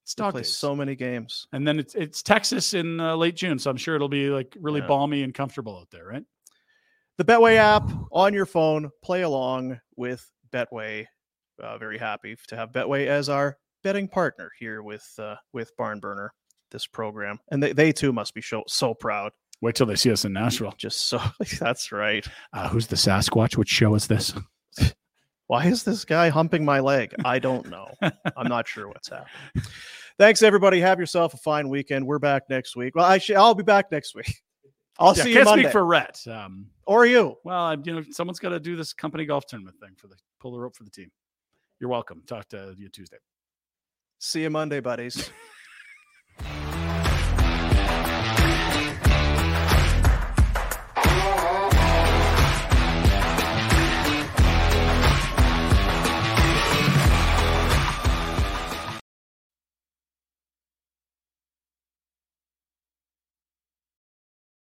S2: it's
S1: They
S2: dog
S1: play
S2: days.
S1: so many games.
S2: and then it's it's Texas in uh, late June, so I'm sure it'll be like really
S1: Yeah.
S2: balmy and comfortable out there, right?
S1: the Betway app on your phone. Play along with Betway. Uh, very happy to have Betway as our betting partner here with uh, with Barnburner this program, and they, they too must be so so proud.
S2: Wait till they see us in Nashville.
S1: Just so that's right.
S2: Uh, who's the Sasquatch? Would show us this.
S1: Why is this guy humping my leg? I don't know. I'm not sure what's happening. Thanks everybody. Have yourself a fine weekend. We're back next week. Well, I should, I'll be back next week. I'll
S2: Yeah,
S1: see you
S2: can't
S1: Monday
S2: speak for Rhett. Um,
S1: or you.
S2: Well, I- you know, someone's got to do this company golf tournament thing for the pull the rope for the team. You're welcome. Talk to you Tuesday.
S1: See you Monday, buddies.